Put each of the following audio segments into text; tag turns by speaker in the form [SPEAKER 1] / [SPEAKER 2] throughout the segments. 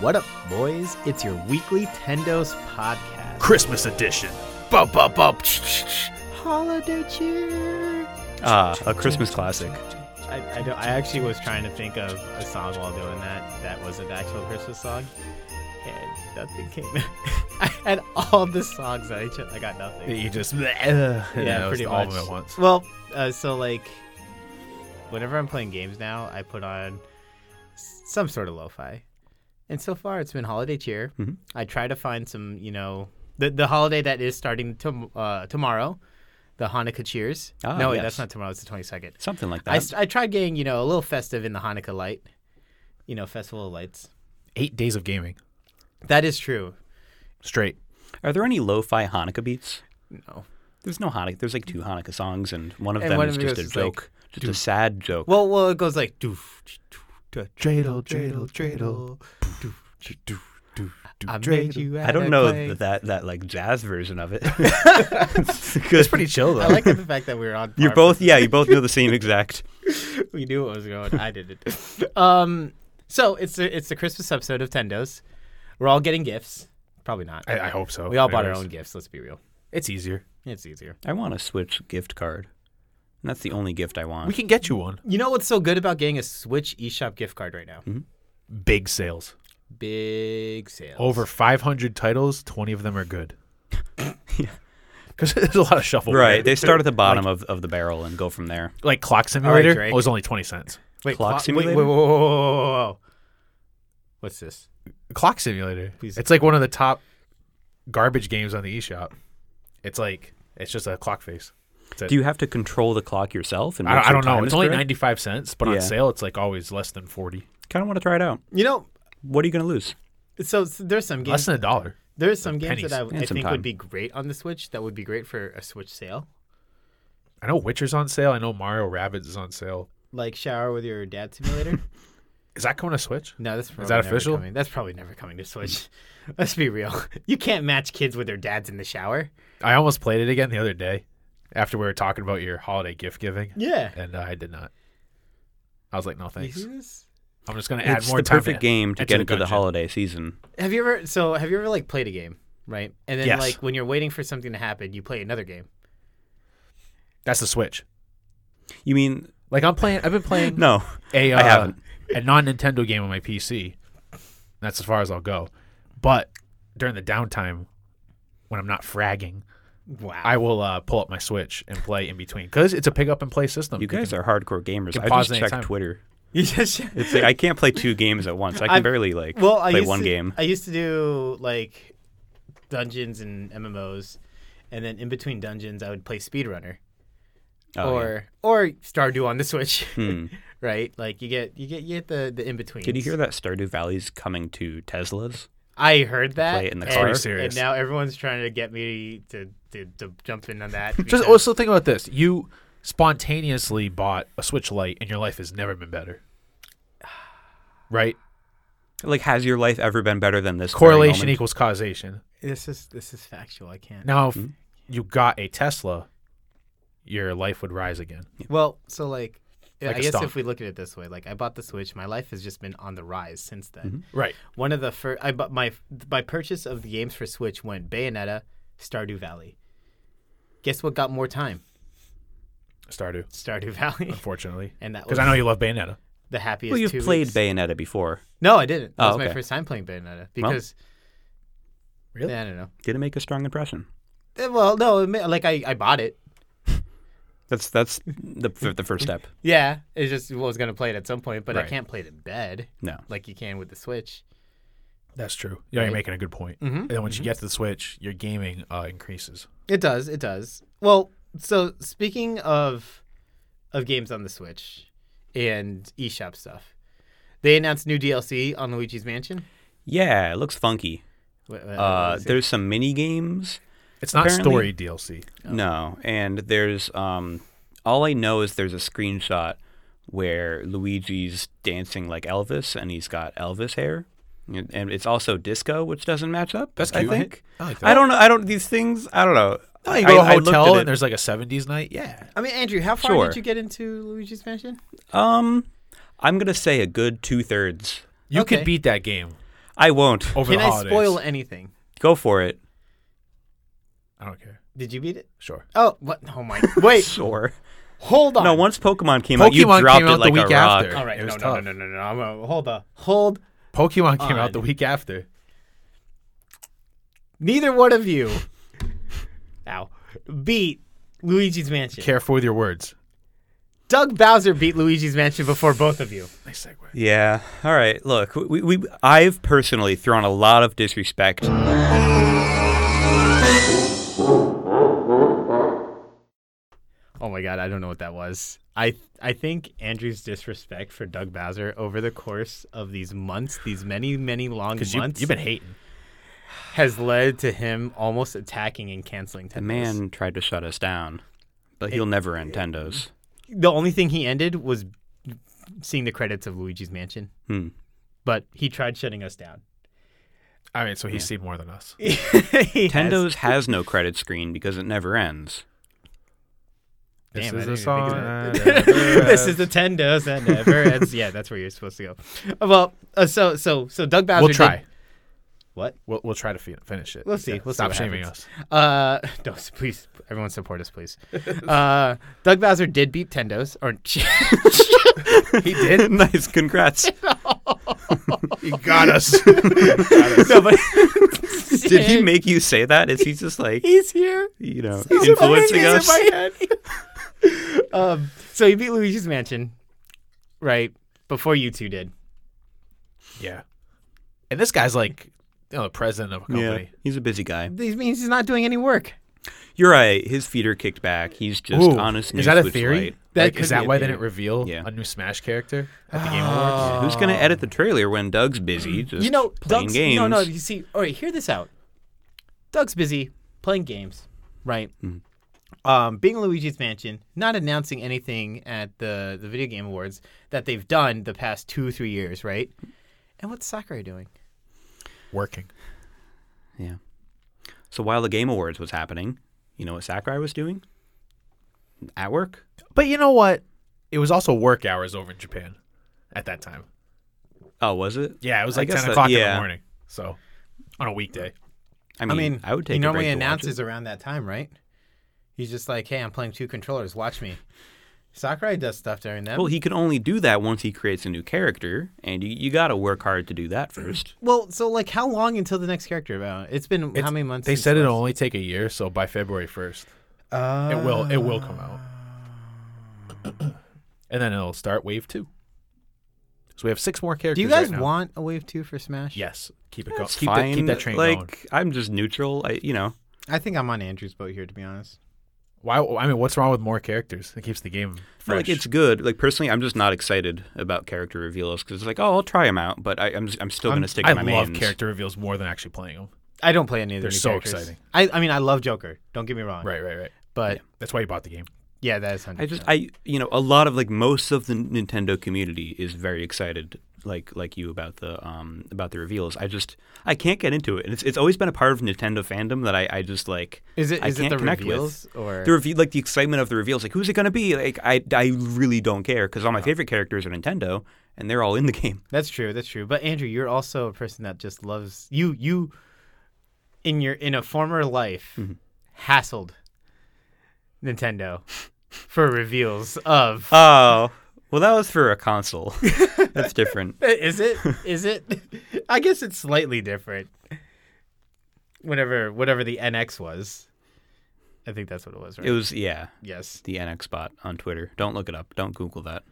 [SPEAKER 1] What up, boys? It's your weekly Tendos podcast.
[SPEAKER 2] Christmas edition. Bump, bump, bump.
[SPEAKER 1] Holiday cheer.
[SPEAKER 2] Ah, a Christmas classic.
[SPEAKER 1] I, I, don't- I actually was trying to think of a song while doing that that was an actual Christmas song, and nothing came. I had all the songs that I chose. I got nothing.
[SPEAKER 2] You just yeah,
[SPEAKER 1] yeah, pretty
[SPEAKER 2] all
[SPEAKER 1] much.
[SPEAKER 2] of them at once.
[SPEAKER 1] Well, uh, so like, whenever I'm playing games now, I put on s- some sort of lo-fi, and so far it's been holiday cheer.
[SPEAKER 2] Mhm.
[SPEAKER 1] I try to find some, you know, the the holiday that is starting tom- uh, tomorrow, the Hanukkah cheers.
[SPEAKER 2] Ah,
[SPEAKER 1] no, wait,
[SPEAKER 2] yes.
[SPEAKER 1] that's not tomorrow. It's the twenty second.
[SPEAKER 2] Something like that.
[SPEAKER 1] I, s- I tried getting you know a little festive in the Hanukkah light, you know, festival of lights.
[SPEAKER 3] eight days of gaming
[SPEAKER 1] That is true.
[SPEAKER 3] straight.
[SPEAKER 2] Are there any lo-fi Hanukkah beats?
[SPEAKER 1] No.
[SPEAKER 2] There's no Hanukkah. There's like two Hanukkah songs, and one of
[SPEAKER 1] And
[SPEAKER 2] them
[SPEAKER 1] one
[SPEAKER 2] is
[SPEAKER 1] of
[SPEAKER 2] just
[SPEAKER 1] those
[SPEAKER 2] a
[SPEAKER 1] is
[SPEAKER 2] joke, just a sad joke.
[SPEAKER 1] Well, well, it goes like doof, doof, doof,
[SPEAKER 3] Dreidel, dreidel, dreidel.
[SPEAKER 1] I met you
[SPEAKER 2] I
[SPEAKER 1] at a
[SPEAKER 2] don't know
[SPEAKER 1] play.
[SPEAKER 2] that, that that like jazz version of it.
[SPEAKER 3] It's pretty chill though.
[SPEAKER 1] I like the fact that we were on.
[SPEAKER 2] You're
[SPEAKER 1] par
[SPEAKER 2] both yeah, you both know the same exact.
[SPEAKER 1] with- We knew what was going. I did it. Um, so it's the it's the Christmas episode of Tendos. We're all getting gifts. Probably not.
[SPEAKER 3] I, I hope so.
[SPEAKER 1] we all bought our
[SPEAKER 3] Anyways,
[SPEAKER 1] own gifts. Let's be real.
[SPEAKER 3] It's easier.
[SPEAKER 1] It's easier.
[SPEAKER 2] I want a Switch gift card. And that's the only gift I want.
[SPEAKER 3] We can get you one.
[SPEAKER 1] You know what's so good about getting a Switch eShop gift card right now?
[SPEAKER 3] Big sales.
[SPEAKER 1] Big sale.
[SPEAKER 3] Over 500 titles. 20 of them are good. Because there's a lot of shuffle.
[SPEAKER 2] right. They start at the bottom of, of the barrel and go from there.
[SPEAKER 3] Like Clock Simulator
[SPEAKER 1] Drake.
[SPEAKER 3] was only 20 cents.
[SPEAKER 1] Wait,
[SPEAKER 2] Clock
[SPEAKER 1] clo-
[SPEAKER 2] Simulator?
[SPEAKER 1] Wait, wait, whoa, whoa, whoa, whoa, whoa, whoa. What's this?
[SPEAKER 3] Clock Simulator.
[SPEAKER 1] Please.
[SPEAKER 3] It's like one of the top garbage games on the eShop. It's like it's just a clock face.
[SPEAKER 2] Do you have to control the clock yourself? And make
[SPEAKER 3] I, I
[SPEAKER 2] sure
[SPEAKER 3] don't know.
[SPEAKER 2] time
[SPEAKER 3] It's
[SPEAKER 2] is
[SPEAKER 3] only
[SPEAKER 2] correct?
[SPEAKER 3] 95 cents, but
[SPEAKER 2] Yeah.
[SPEAKER 3] on sale it's like always less than 40.
[SPEAKER 2] Kind of want to try it out.
[SPEAKER 1] You know,
[SPEAKER 2] What are you going to lose?
[SPEAKER 1] so, so there's some
[SPEAKER 3] Less
[SPEAKER 1] games.
[SPEAKER 3] than a dollar.
[SPEAKER 1] There's some games
[SPEAKER 3] pennies.
[SPEAKER 1] that I,
[SPEAKER 2] And
[SPEAKER 1] I
[SPEAKER 2] some
[SPEAKER 1] think
[SPEAKER 2] time.
[SPEAKER 1] would be great on the Switch. That would be great for a Switch sale,
[SPEAKER 3] I know Witcher's on sale. I know Mario Rabbids is on sale.
[SPEAKER 1] like Shower with Your Dad Simulator.
[SPEAKER 3] Is that coming to Switch?
[SPEAKER 1] No, that's probably
[SPEAKER 3] that
[SPEAKER 1] never
[SPEAKER 3] official?
[SPEAKER 1] Coming. That's probably never coming to Switch. Let's be real. You can't match kids with their dads in the shower.
[SPEAKER 3] I almost played it again the other day after we were talking about your holiday gift giving,
[SPEAKER 1] Yeah.
[SPEAKER 3] and uh, I did not. I was like, no,
[SPEAKER 1] You see
[SPEAKER 3] thanks.
[SPEAKER 1] this?
[SPEAKER 3] I'm just going to add
[SPEAKER 2] Mm-hmm. it's
[SPEAKER 3] more
[SPEAKER 2] the
[SPEAKER 3] time.
[SPEAKER 2] perfect game to
[SPEAKER 3] add
[SPEAKER 2] get
[SPEAKER 3] the
[SPEAKER 2] into the
[SPEAKER 3] dungeon.
[SPEAKER 2] holiday season.
[SPEAKER 1] Have you ever? So have you ever like played a game, right? And then
[SPEAKER 3] Yes.
[SPEAKER 1] like when you're waiting for something to happen, you play another game.
[SPEAKER 3] That's the Switch.
[SPEAKER 2] You mean
[SPEAKER 3] Like I'm playing. I've been playing
[SPEAKER 2] no?
[SPEAKER 3] a, uh,
[SPEAKER 2] I haven't.
[SPEAKER 3] a non-Nintendo game on my PC. That's as far as I'll go. But during the downtime, when I'm not fragging,
[SPEAKER 1] Wow.
[SPEAKER 3] I will uh, pull up my Switch and play in between because it's a pick up and play system.
[SPEAKER 2] You guys are hardcore gamers.
[SPEAKER 3] can
[SPEAKER 2] I
[SPEAKER 3] pause
[SPEAKER 2] just
[SPEAKER 3] at any
[SPEAKER 2] checked
[SPEAKER 3] time.
[SPEAKER 2] Twitter.
[SPEAKER 1] you just
[SPEAKER 2] It's like, I can't play two games at once. I can
[SPEAKER 1] I've-
[SPEAKER 2] barely like
[SPEAKER 1] well, I
[SPEAKER 2] play
[SPEAKER 1] used
[SPEAKER 2] one
[SPEAKER 1] to,
[SPEAKER 2] game.
[SPEAKER 1] I used to do like dungeons and MMOs, and then in between dungeons, I would play speedrunner
[SPEAKER 2] Oh, yeah.
[SPEAKER 1] or or Stardew on the Switch.
[SPEAKER 2] Hmm.
[SPEAKER 1] Right, like you get you get you get the the in between.
[SPEAKER 2] Did you hear that Stardew Valley's coming to Teslas?
[SPEAKER 1] I heard that.
[SPEAKER 2] play it in the
[SPEAKER 1] and,
[SPEAKER 2] car.
[SPEAKER 3] Pretty serious.
[SPEAKER 1] And now everyone's trying to get me to, to, to jump in on that.
[SPEAKER 3] Just
[SPEAKER 1] because-
[SPEAKER 3] also think about this. You spontaneously bought a Switch Lite, and your life has never been better. Right?
[SPEAKER 2] Like, has your life ever been better than this? very
[SPEAKER 3] Correlation
[SPEAKER 2] moment?
[SPEAKER 3] equals causation.
[SPEAKER 1] this is this is factual. I can't.
[SPEAKER 3] Now, if
[SPEAKER 2] Hmm?
[SPEAKER 3] you got a Tesla, your life would rise again.
[SPEAKER 1] Well, so like, I
[SPEAKER 3] Like a
[SPEAKER 1] guess
[SPEAKER 3] stomp.
[SPEAKER 1] if we look at it this way, like I bought the Switch, my life has just been on the rise since then.
[SPEAKER 2] Mm-hmm.
[SPEAKER 3] Right.
[SPEAKER 1] One of the first, I bought my my purchase of the games for Switch went Bayonetta, Stardew Valley. Guess what got more time?
[SPEAKER 3] Stardew,
[SPEAKER 1] Stardew Valley,
[SPEAKER 3] unfortunately.
[SPEAKER 1] and that was
[SPEAKER 3] Because I know you love Bayonetta.
[SPEAKER 1] the happiest.
[SPEAKER 2] Well,
[SPEAKER 1] two
[SPEAKER 2] you've played
[SPEAKER 1] weeks.
[SPEAKER 2] Bayonetta before.
[SPEAKER 1] No, I didn't. That
[SPEAKER 2] Oh,
[SPEAKER 1] was my
[SPEAKER 2] okay.
[SPEAKER 1] first time playing Bayonetta because.
[SPEAKER 3] Really?
[SPEAKER 1] I don't know.
[SPEAKER 2] Did it make a strong impression?
[SPEAKER 1] Eh, Well, no, it ma- like I, I bought it.
[SPEAKER 2] That's that's the the first step.
[SPEAKER 1] Yeah, it's just well, I was gonna play it at some point, but I
[SPEAKER 3] Right.
[SPEAKER 1] can't play it in bed
[SPEAKER 2] No.
[SPEAKER 1] like you can with the Switch.
[SPEAKER 3] That's true. Yeah,
[SPEAKER 1] Right. Mm-hmm.
[SPEAKER 3] you're making a good point. And then once you get to the Switch, your gaming uh, increases.
[SPEAKER 1] It does. It does. Well, so speaking of of games on the Switch and eShop stuff, they announced new DLC on Luigi's Mansion.
[SPEAKER 2] Yeah, it looks funky.
[SPEAKER 1] Wha- wha-
[SPEAKER 2] Uh,
[SPEAKER 1] what is it?
[SPEAKER 2] there's some mini games.
[SPEAKER 3] It's not
[SPEAKER 2] Apparently-
[SPEAKER 3] story DLC.
[SPEAKER 2] No, and there's um, all I know is there's a screenshot where Luigi's dancing like Elvis, and he's got Elvis hair, and and it's also disco, which doesn't match up. That's I
[SPEAKER 3] cute.
[SPEAKER 2] think.
[SPEAKER 3] I like
[SPEAKER 2] I don't know. I don't these things. I don't know.
[SPEAKER 3] You go to a
[SPEAKER 2] I- I looked
[SPEAKER 3] hotel
[SPEAKER 2] at
[SPEAKER 3] and there's like a 70s night. Yeah.
[SPEAKER 1] I mean, Andrew, how far
[SPEAKER 2] Sure.
[SPEAKER 1] did you get into Luigi's Mansion?
[SPEAKER 2] it. um, I'm gonna say a good two thirds.
[SPEAKER 3] You
[SPEAKER 1] Okay.
[SPEAKER 3] could beat that game
[SPEAKER 2] I won't.
[SPEAKER 3] over
[SPEAKER 1] Can
[SPEAKER 3] the
[SPEAKER 1] I
[SPEAKER 3] holidays.
[SPEAKER 1] spoil anything?
[SPEAKER 2] Go for it.
[SPEAKER 3] I don't care.
[SPEAKER 1] Did you beat it?
[SPEAKER 3] Sure.
[SPEAKER 1] Oh, what? Oh my! Wait,
[SPEAKER 2] Sure.
[SPEAKER 1] hold on.
[SPEAKER 2] No, once Pokemon came out, you
[SPEAKER 3] Pokemon
[SPEAKER 2] dropped
[SPEAKER 3] came
[SPEAKER 2] it
[SPEAKER 3] out the
[SPEAKER 2] like a
[SPEAKER 3] week
[SPEAKER 2] rock.
[SPEAKER 3] after.
[SPEAKER 1] All right, no,
[SPEAKER 3] It was
[SPEAKER 1] no, no,
[SPEAKER 3] tough.
[SPEAKER 1] no, no, no, no. I'm gonna- Hold on. Hold.
[SPEAKER 3] Pokemon came
[SPEAKER 1] On.
[SPEAKER 3] out the week after.
[SPEAKER 1] Neither one of you. Ow. Beat Luigi's Mansion.
[SPEAKER 3] Careful with your words.
[SPEAKER 1] Doug Bowser beat Luigi's Mansion before both of you.
[SPEAKER 3] Nice segue.
[SPEAKER 2] Yeah. All right. Look, we, we I've personally thrown a lot of disrespect.
[SPEAKER 1] Oh my god, I don't know what that was. I I think Andrew's disrespect for Doug Bowser over the course of these months, these many many long
[SPEAKER 3] Because you,
[SPEAKER 1] months,
[SPEAKER 3] you've been hating.
[SPEAKER 1] has led to him almost attacking and canceling Tetris.
[SPEAKER 2] The man tried to shut us down, but he'll never end Tendo's.
[SPEAKER 1] the only thing he ended was seeing the credits of Luigi's Mansion,
[SPEAKER 2] Hmm.
[SPEAKER 1] but he tried shutting us down.
[SPEAKER 3] I mean, so he's seen more than us.
[SPEAKER 1] He has-
[SPEAKER 2] Tendo's has no credit screen because it never ends.
[SPEAKER 3] This
[SPEAKER 1] Damn, I
[SPEAKER 3] is a
[SPEAKER 1] didn't even
[SPEAKER 3] song.
[SPEAKER 1] think
[SPEAKER 3] that never
[SPEAKER 1] this is
[SPEAKER 3] ends.
[SPEAKER 1] the Tendo's that never ends. Yeah, that's where you're supposed to go. Well, uh, so so so Doug Bowser.
[SPEAKER 3] We'll
[SPEAKER 1] did-
[SPEAKER 3] try.
[SPEAKER 1] What?
[SPEAKER 3] We'll, we'll try to fi- finish it.
[SPEAKER 1] We'll see. We'll see
[SPEAKER 3] Stop
[SPEAKER 1] what
[SPEAKER 3] shaming
[SPEAKER 1] happens.
[SPEAKER 3] us.
[SPEAKER 1] Uh, no, s- please, everyone support us, please. Uh, Doug Bowser did beat Tendo's, or
[SPEAKER 2] He did. nice. Congrats.
[SPEAKER 3] He got us.
[SPEAKER 1] no, but
[SPEAKER 2] Did he make you say that? Is he just like
[SPEAKER 1] He's here.
[SPEAKER 2] you know
[SPEAKER 1] He's
[SPEAKER 2] influencing
[SPEAKER 1] fucking in
[SPEAKER 2] us?
[SPEAKER 1] my head. um, so he beat Luigi's Mansion, right before you two did.
[SPEAKER 3] yeah. And this guy's like, you know, the president of a
[SPEAKER 2] Yeah,
[SPEAKER 3] company.
[SPEAKER 2] he's a busy guy.
[SPEAKER 1] This means he's not doing any work.
[SPEAKER 2] You're right. His feet are kicked back. He's just
[SPEAKER 3] Ooh,
[SPEAKER 2] on a snooze
[SPEAKER 3] is that a
[SPEAKER 2] switch
[SPEAKER 3] theory?
[SPEAKER 2] light.
[SPEAKER 1] That
[SPEAKER 3] Like,
[SPEAKER 1] could
[SPEAKER 3] is
[SPEAKER 1] be
[SPEAKER 3] that
[SPEAKER 1] a
[SPEAKER 3] why they
[SPEAKER 1] theory.
[SPEAKER 3] didn't reveal
[SPEAKER 2] Yeah.
[SPEAKER 3] a new Smash character at the Game Awards?
[SPEAKER 2] Who's gonna edit the trailer when Doug's busy? Just
[SPEAKER 1] you know,
[SPEAKER 2] playing
[SPEAKER 1] Doug's,
[SPEAKER 2] games.
[SPEAKER 1] No, no. You see, all right. Hear this out. Doug's busy playing games, right?
[SPEAKER 2] Hmm.
[SPEAKER 1] Um, being Luigi's Mansion, not announcing anything at the the video game awards that they've done the past two three years, right? And what's Sakurai doing?
[SPEAKER 3] Working.
[SPEAKER 2] Yeah. So while the Game Awards was happening, you know what Sakurai was doing? At work?
[SPEAKER 3] But you know what? It was also work hours over in Japan at that time.
[SPEAKER 2] Oh, was it?
[SPEAKER 3] Yeah, it was
[SPEAKER 2] I
[SPEAKER 3] like
[SPEAKER 2] guess
[SPEAKER 3] 10
[SPEAKER 2] that-
[SPEAKER 3] o'clock in
[SPEAKER 2] yeah.
[SPEAKER 3] the morning. So on a weekday.
[SPEAKER 2] I mean, I, would take
[SPEAKER 1] he
[SPEAKER 2] a break
[SPEAKER 1] normally
[SPEAKER 2] to watch
[SPEAKER 1] announces
[SPEAKER 2] it.
[SPEAKER 1] around that time, right? He's just like, "Hey, I'm playing two controllers. Watch me." Sakurai does stuff during that.
[SPEAKER 2] Well, he can only do that once he creates a new character, and you, you got to work hard to do that
[SPEAKER 3] Mm-hmm.
[SPEAKER 2] first.
[SPEAKER 1] well, so like, how long until the next character? Uh, it's been how many months?
[SPEAKER 3] They
[SPEAKER 1] since
[SPEAKER 3] said it'll
[SPEAKER 1] last-
[SPEAKER 3] only take a year, so by February 1st,
[SPEAKER 1] Uh,
[SPEAKER 3] it will it will come out. Ah. and then it'll start wave 2. So we have six more characters
[SPEAKER 1] Do you guys
[SPEAKER 3] right now.
[SPEAKER 1] want a wave two for Smash?
[SPEAKER 3] Yes, keep it going.
[SPEAKER 2] That's
[SPEAKER 3] Keep,
[SPEAKER 2] fine.
[SPEAKER 3] that- keep that train
[SPEAKER 2] like
[SPEAKER 3] going.
[SPEAKER 2] I'm just neutral. I, you know,
[SPEAKER 1] I think I'm on Andrew's boat here, to be honest.
[SPEAKER 3] Why I mean, what's wrong with more characters? It keeps the game
[SPEAKER 2] I feel
[SPEAKER 3] fresh.
[SPEAKER 2] like it's good. Like personally, I'm just not excited about character reveals because it's like, oh, I'll try them out, but I, I'm I'm still
[SPEAKER 3] I'm-
[SPEAKER 2] gonna stick
[SPEAKER 3] I
[SPEAKER 2] to my
[SPEAKER 3] love
[SPEAKER 2] mains.
[SPEAKER 3] character reveals more than actually playing them.
[SPEAKER 1] I don't play any of the
[SPEAKER 3] They're
[SPEAKER 1] new
[SPEAKER 3] so
[SPEAKER 1] characters.
[SPEAKER 3] exciting.
[SPEAKER 1] I, I mean, I love Joker. Don't get me wrong.
[SPEAKER 3] Right, right, right.
[SPEAKER 1] But
[SPEAKER 3] That's why you bought the game.
[SPEAKER 1] yeah, that is hundred.
[SPEAKER 2] I just I you know a lot of like most of the Nintendo community is very excited like like you about the um about the reveals. I just I can't get into it, and it's it's always been a part of Nintendo fandom that I I just like
[SPEAKER 1] is it
[SPEAKER 2] I
[SPEAKER 1] is it
[SPEAKER 2] can't
[SPEAKER 1] the
[SPEAKER 2] connect with.
[SPEAKER 1] reveals or
[SPEAKER 2] the review like the excitement of the reveals like who's it gonna be like I I really don't care because all my favorite characters are Nintendo and they're all in the game.
[SPEAKER 1] that's true. That's true. But Andrew, you're also a person that just loves you. You in your in a former life
[SPEAKER 3] Mm-hmm.
[SPEAKER 1] hassled Nintendo for reveals of.
[SPEAKER 2] Oh well, that was for a console. That's different.
[SPEAKER 1] is it? Is it? I guess it's slightly different. Whatever, whatever the NX was, I think that's what it was, right?
[SPEAKER 2] It was yeah
[SPEAKER 1] yes.
[SPEAKER 2] the NX bot on Twitter. Don't look it up. Don't Google that.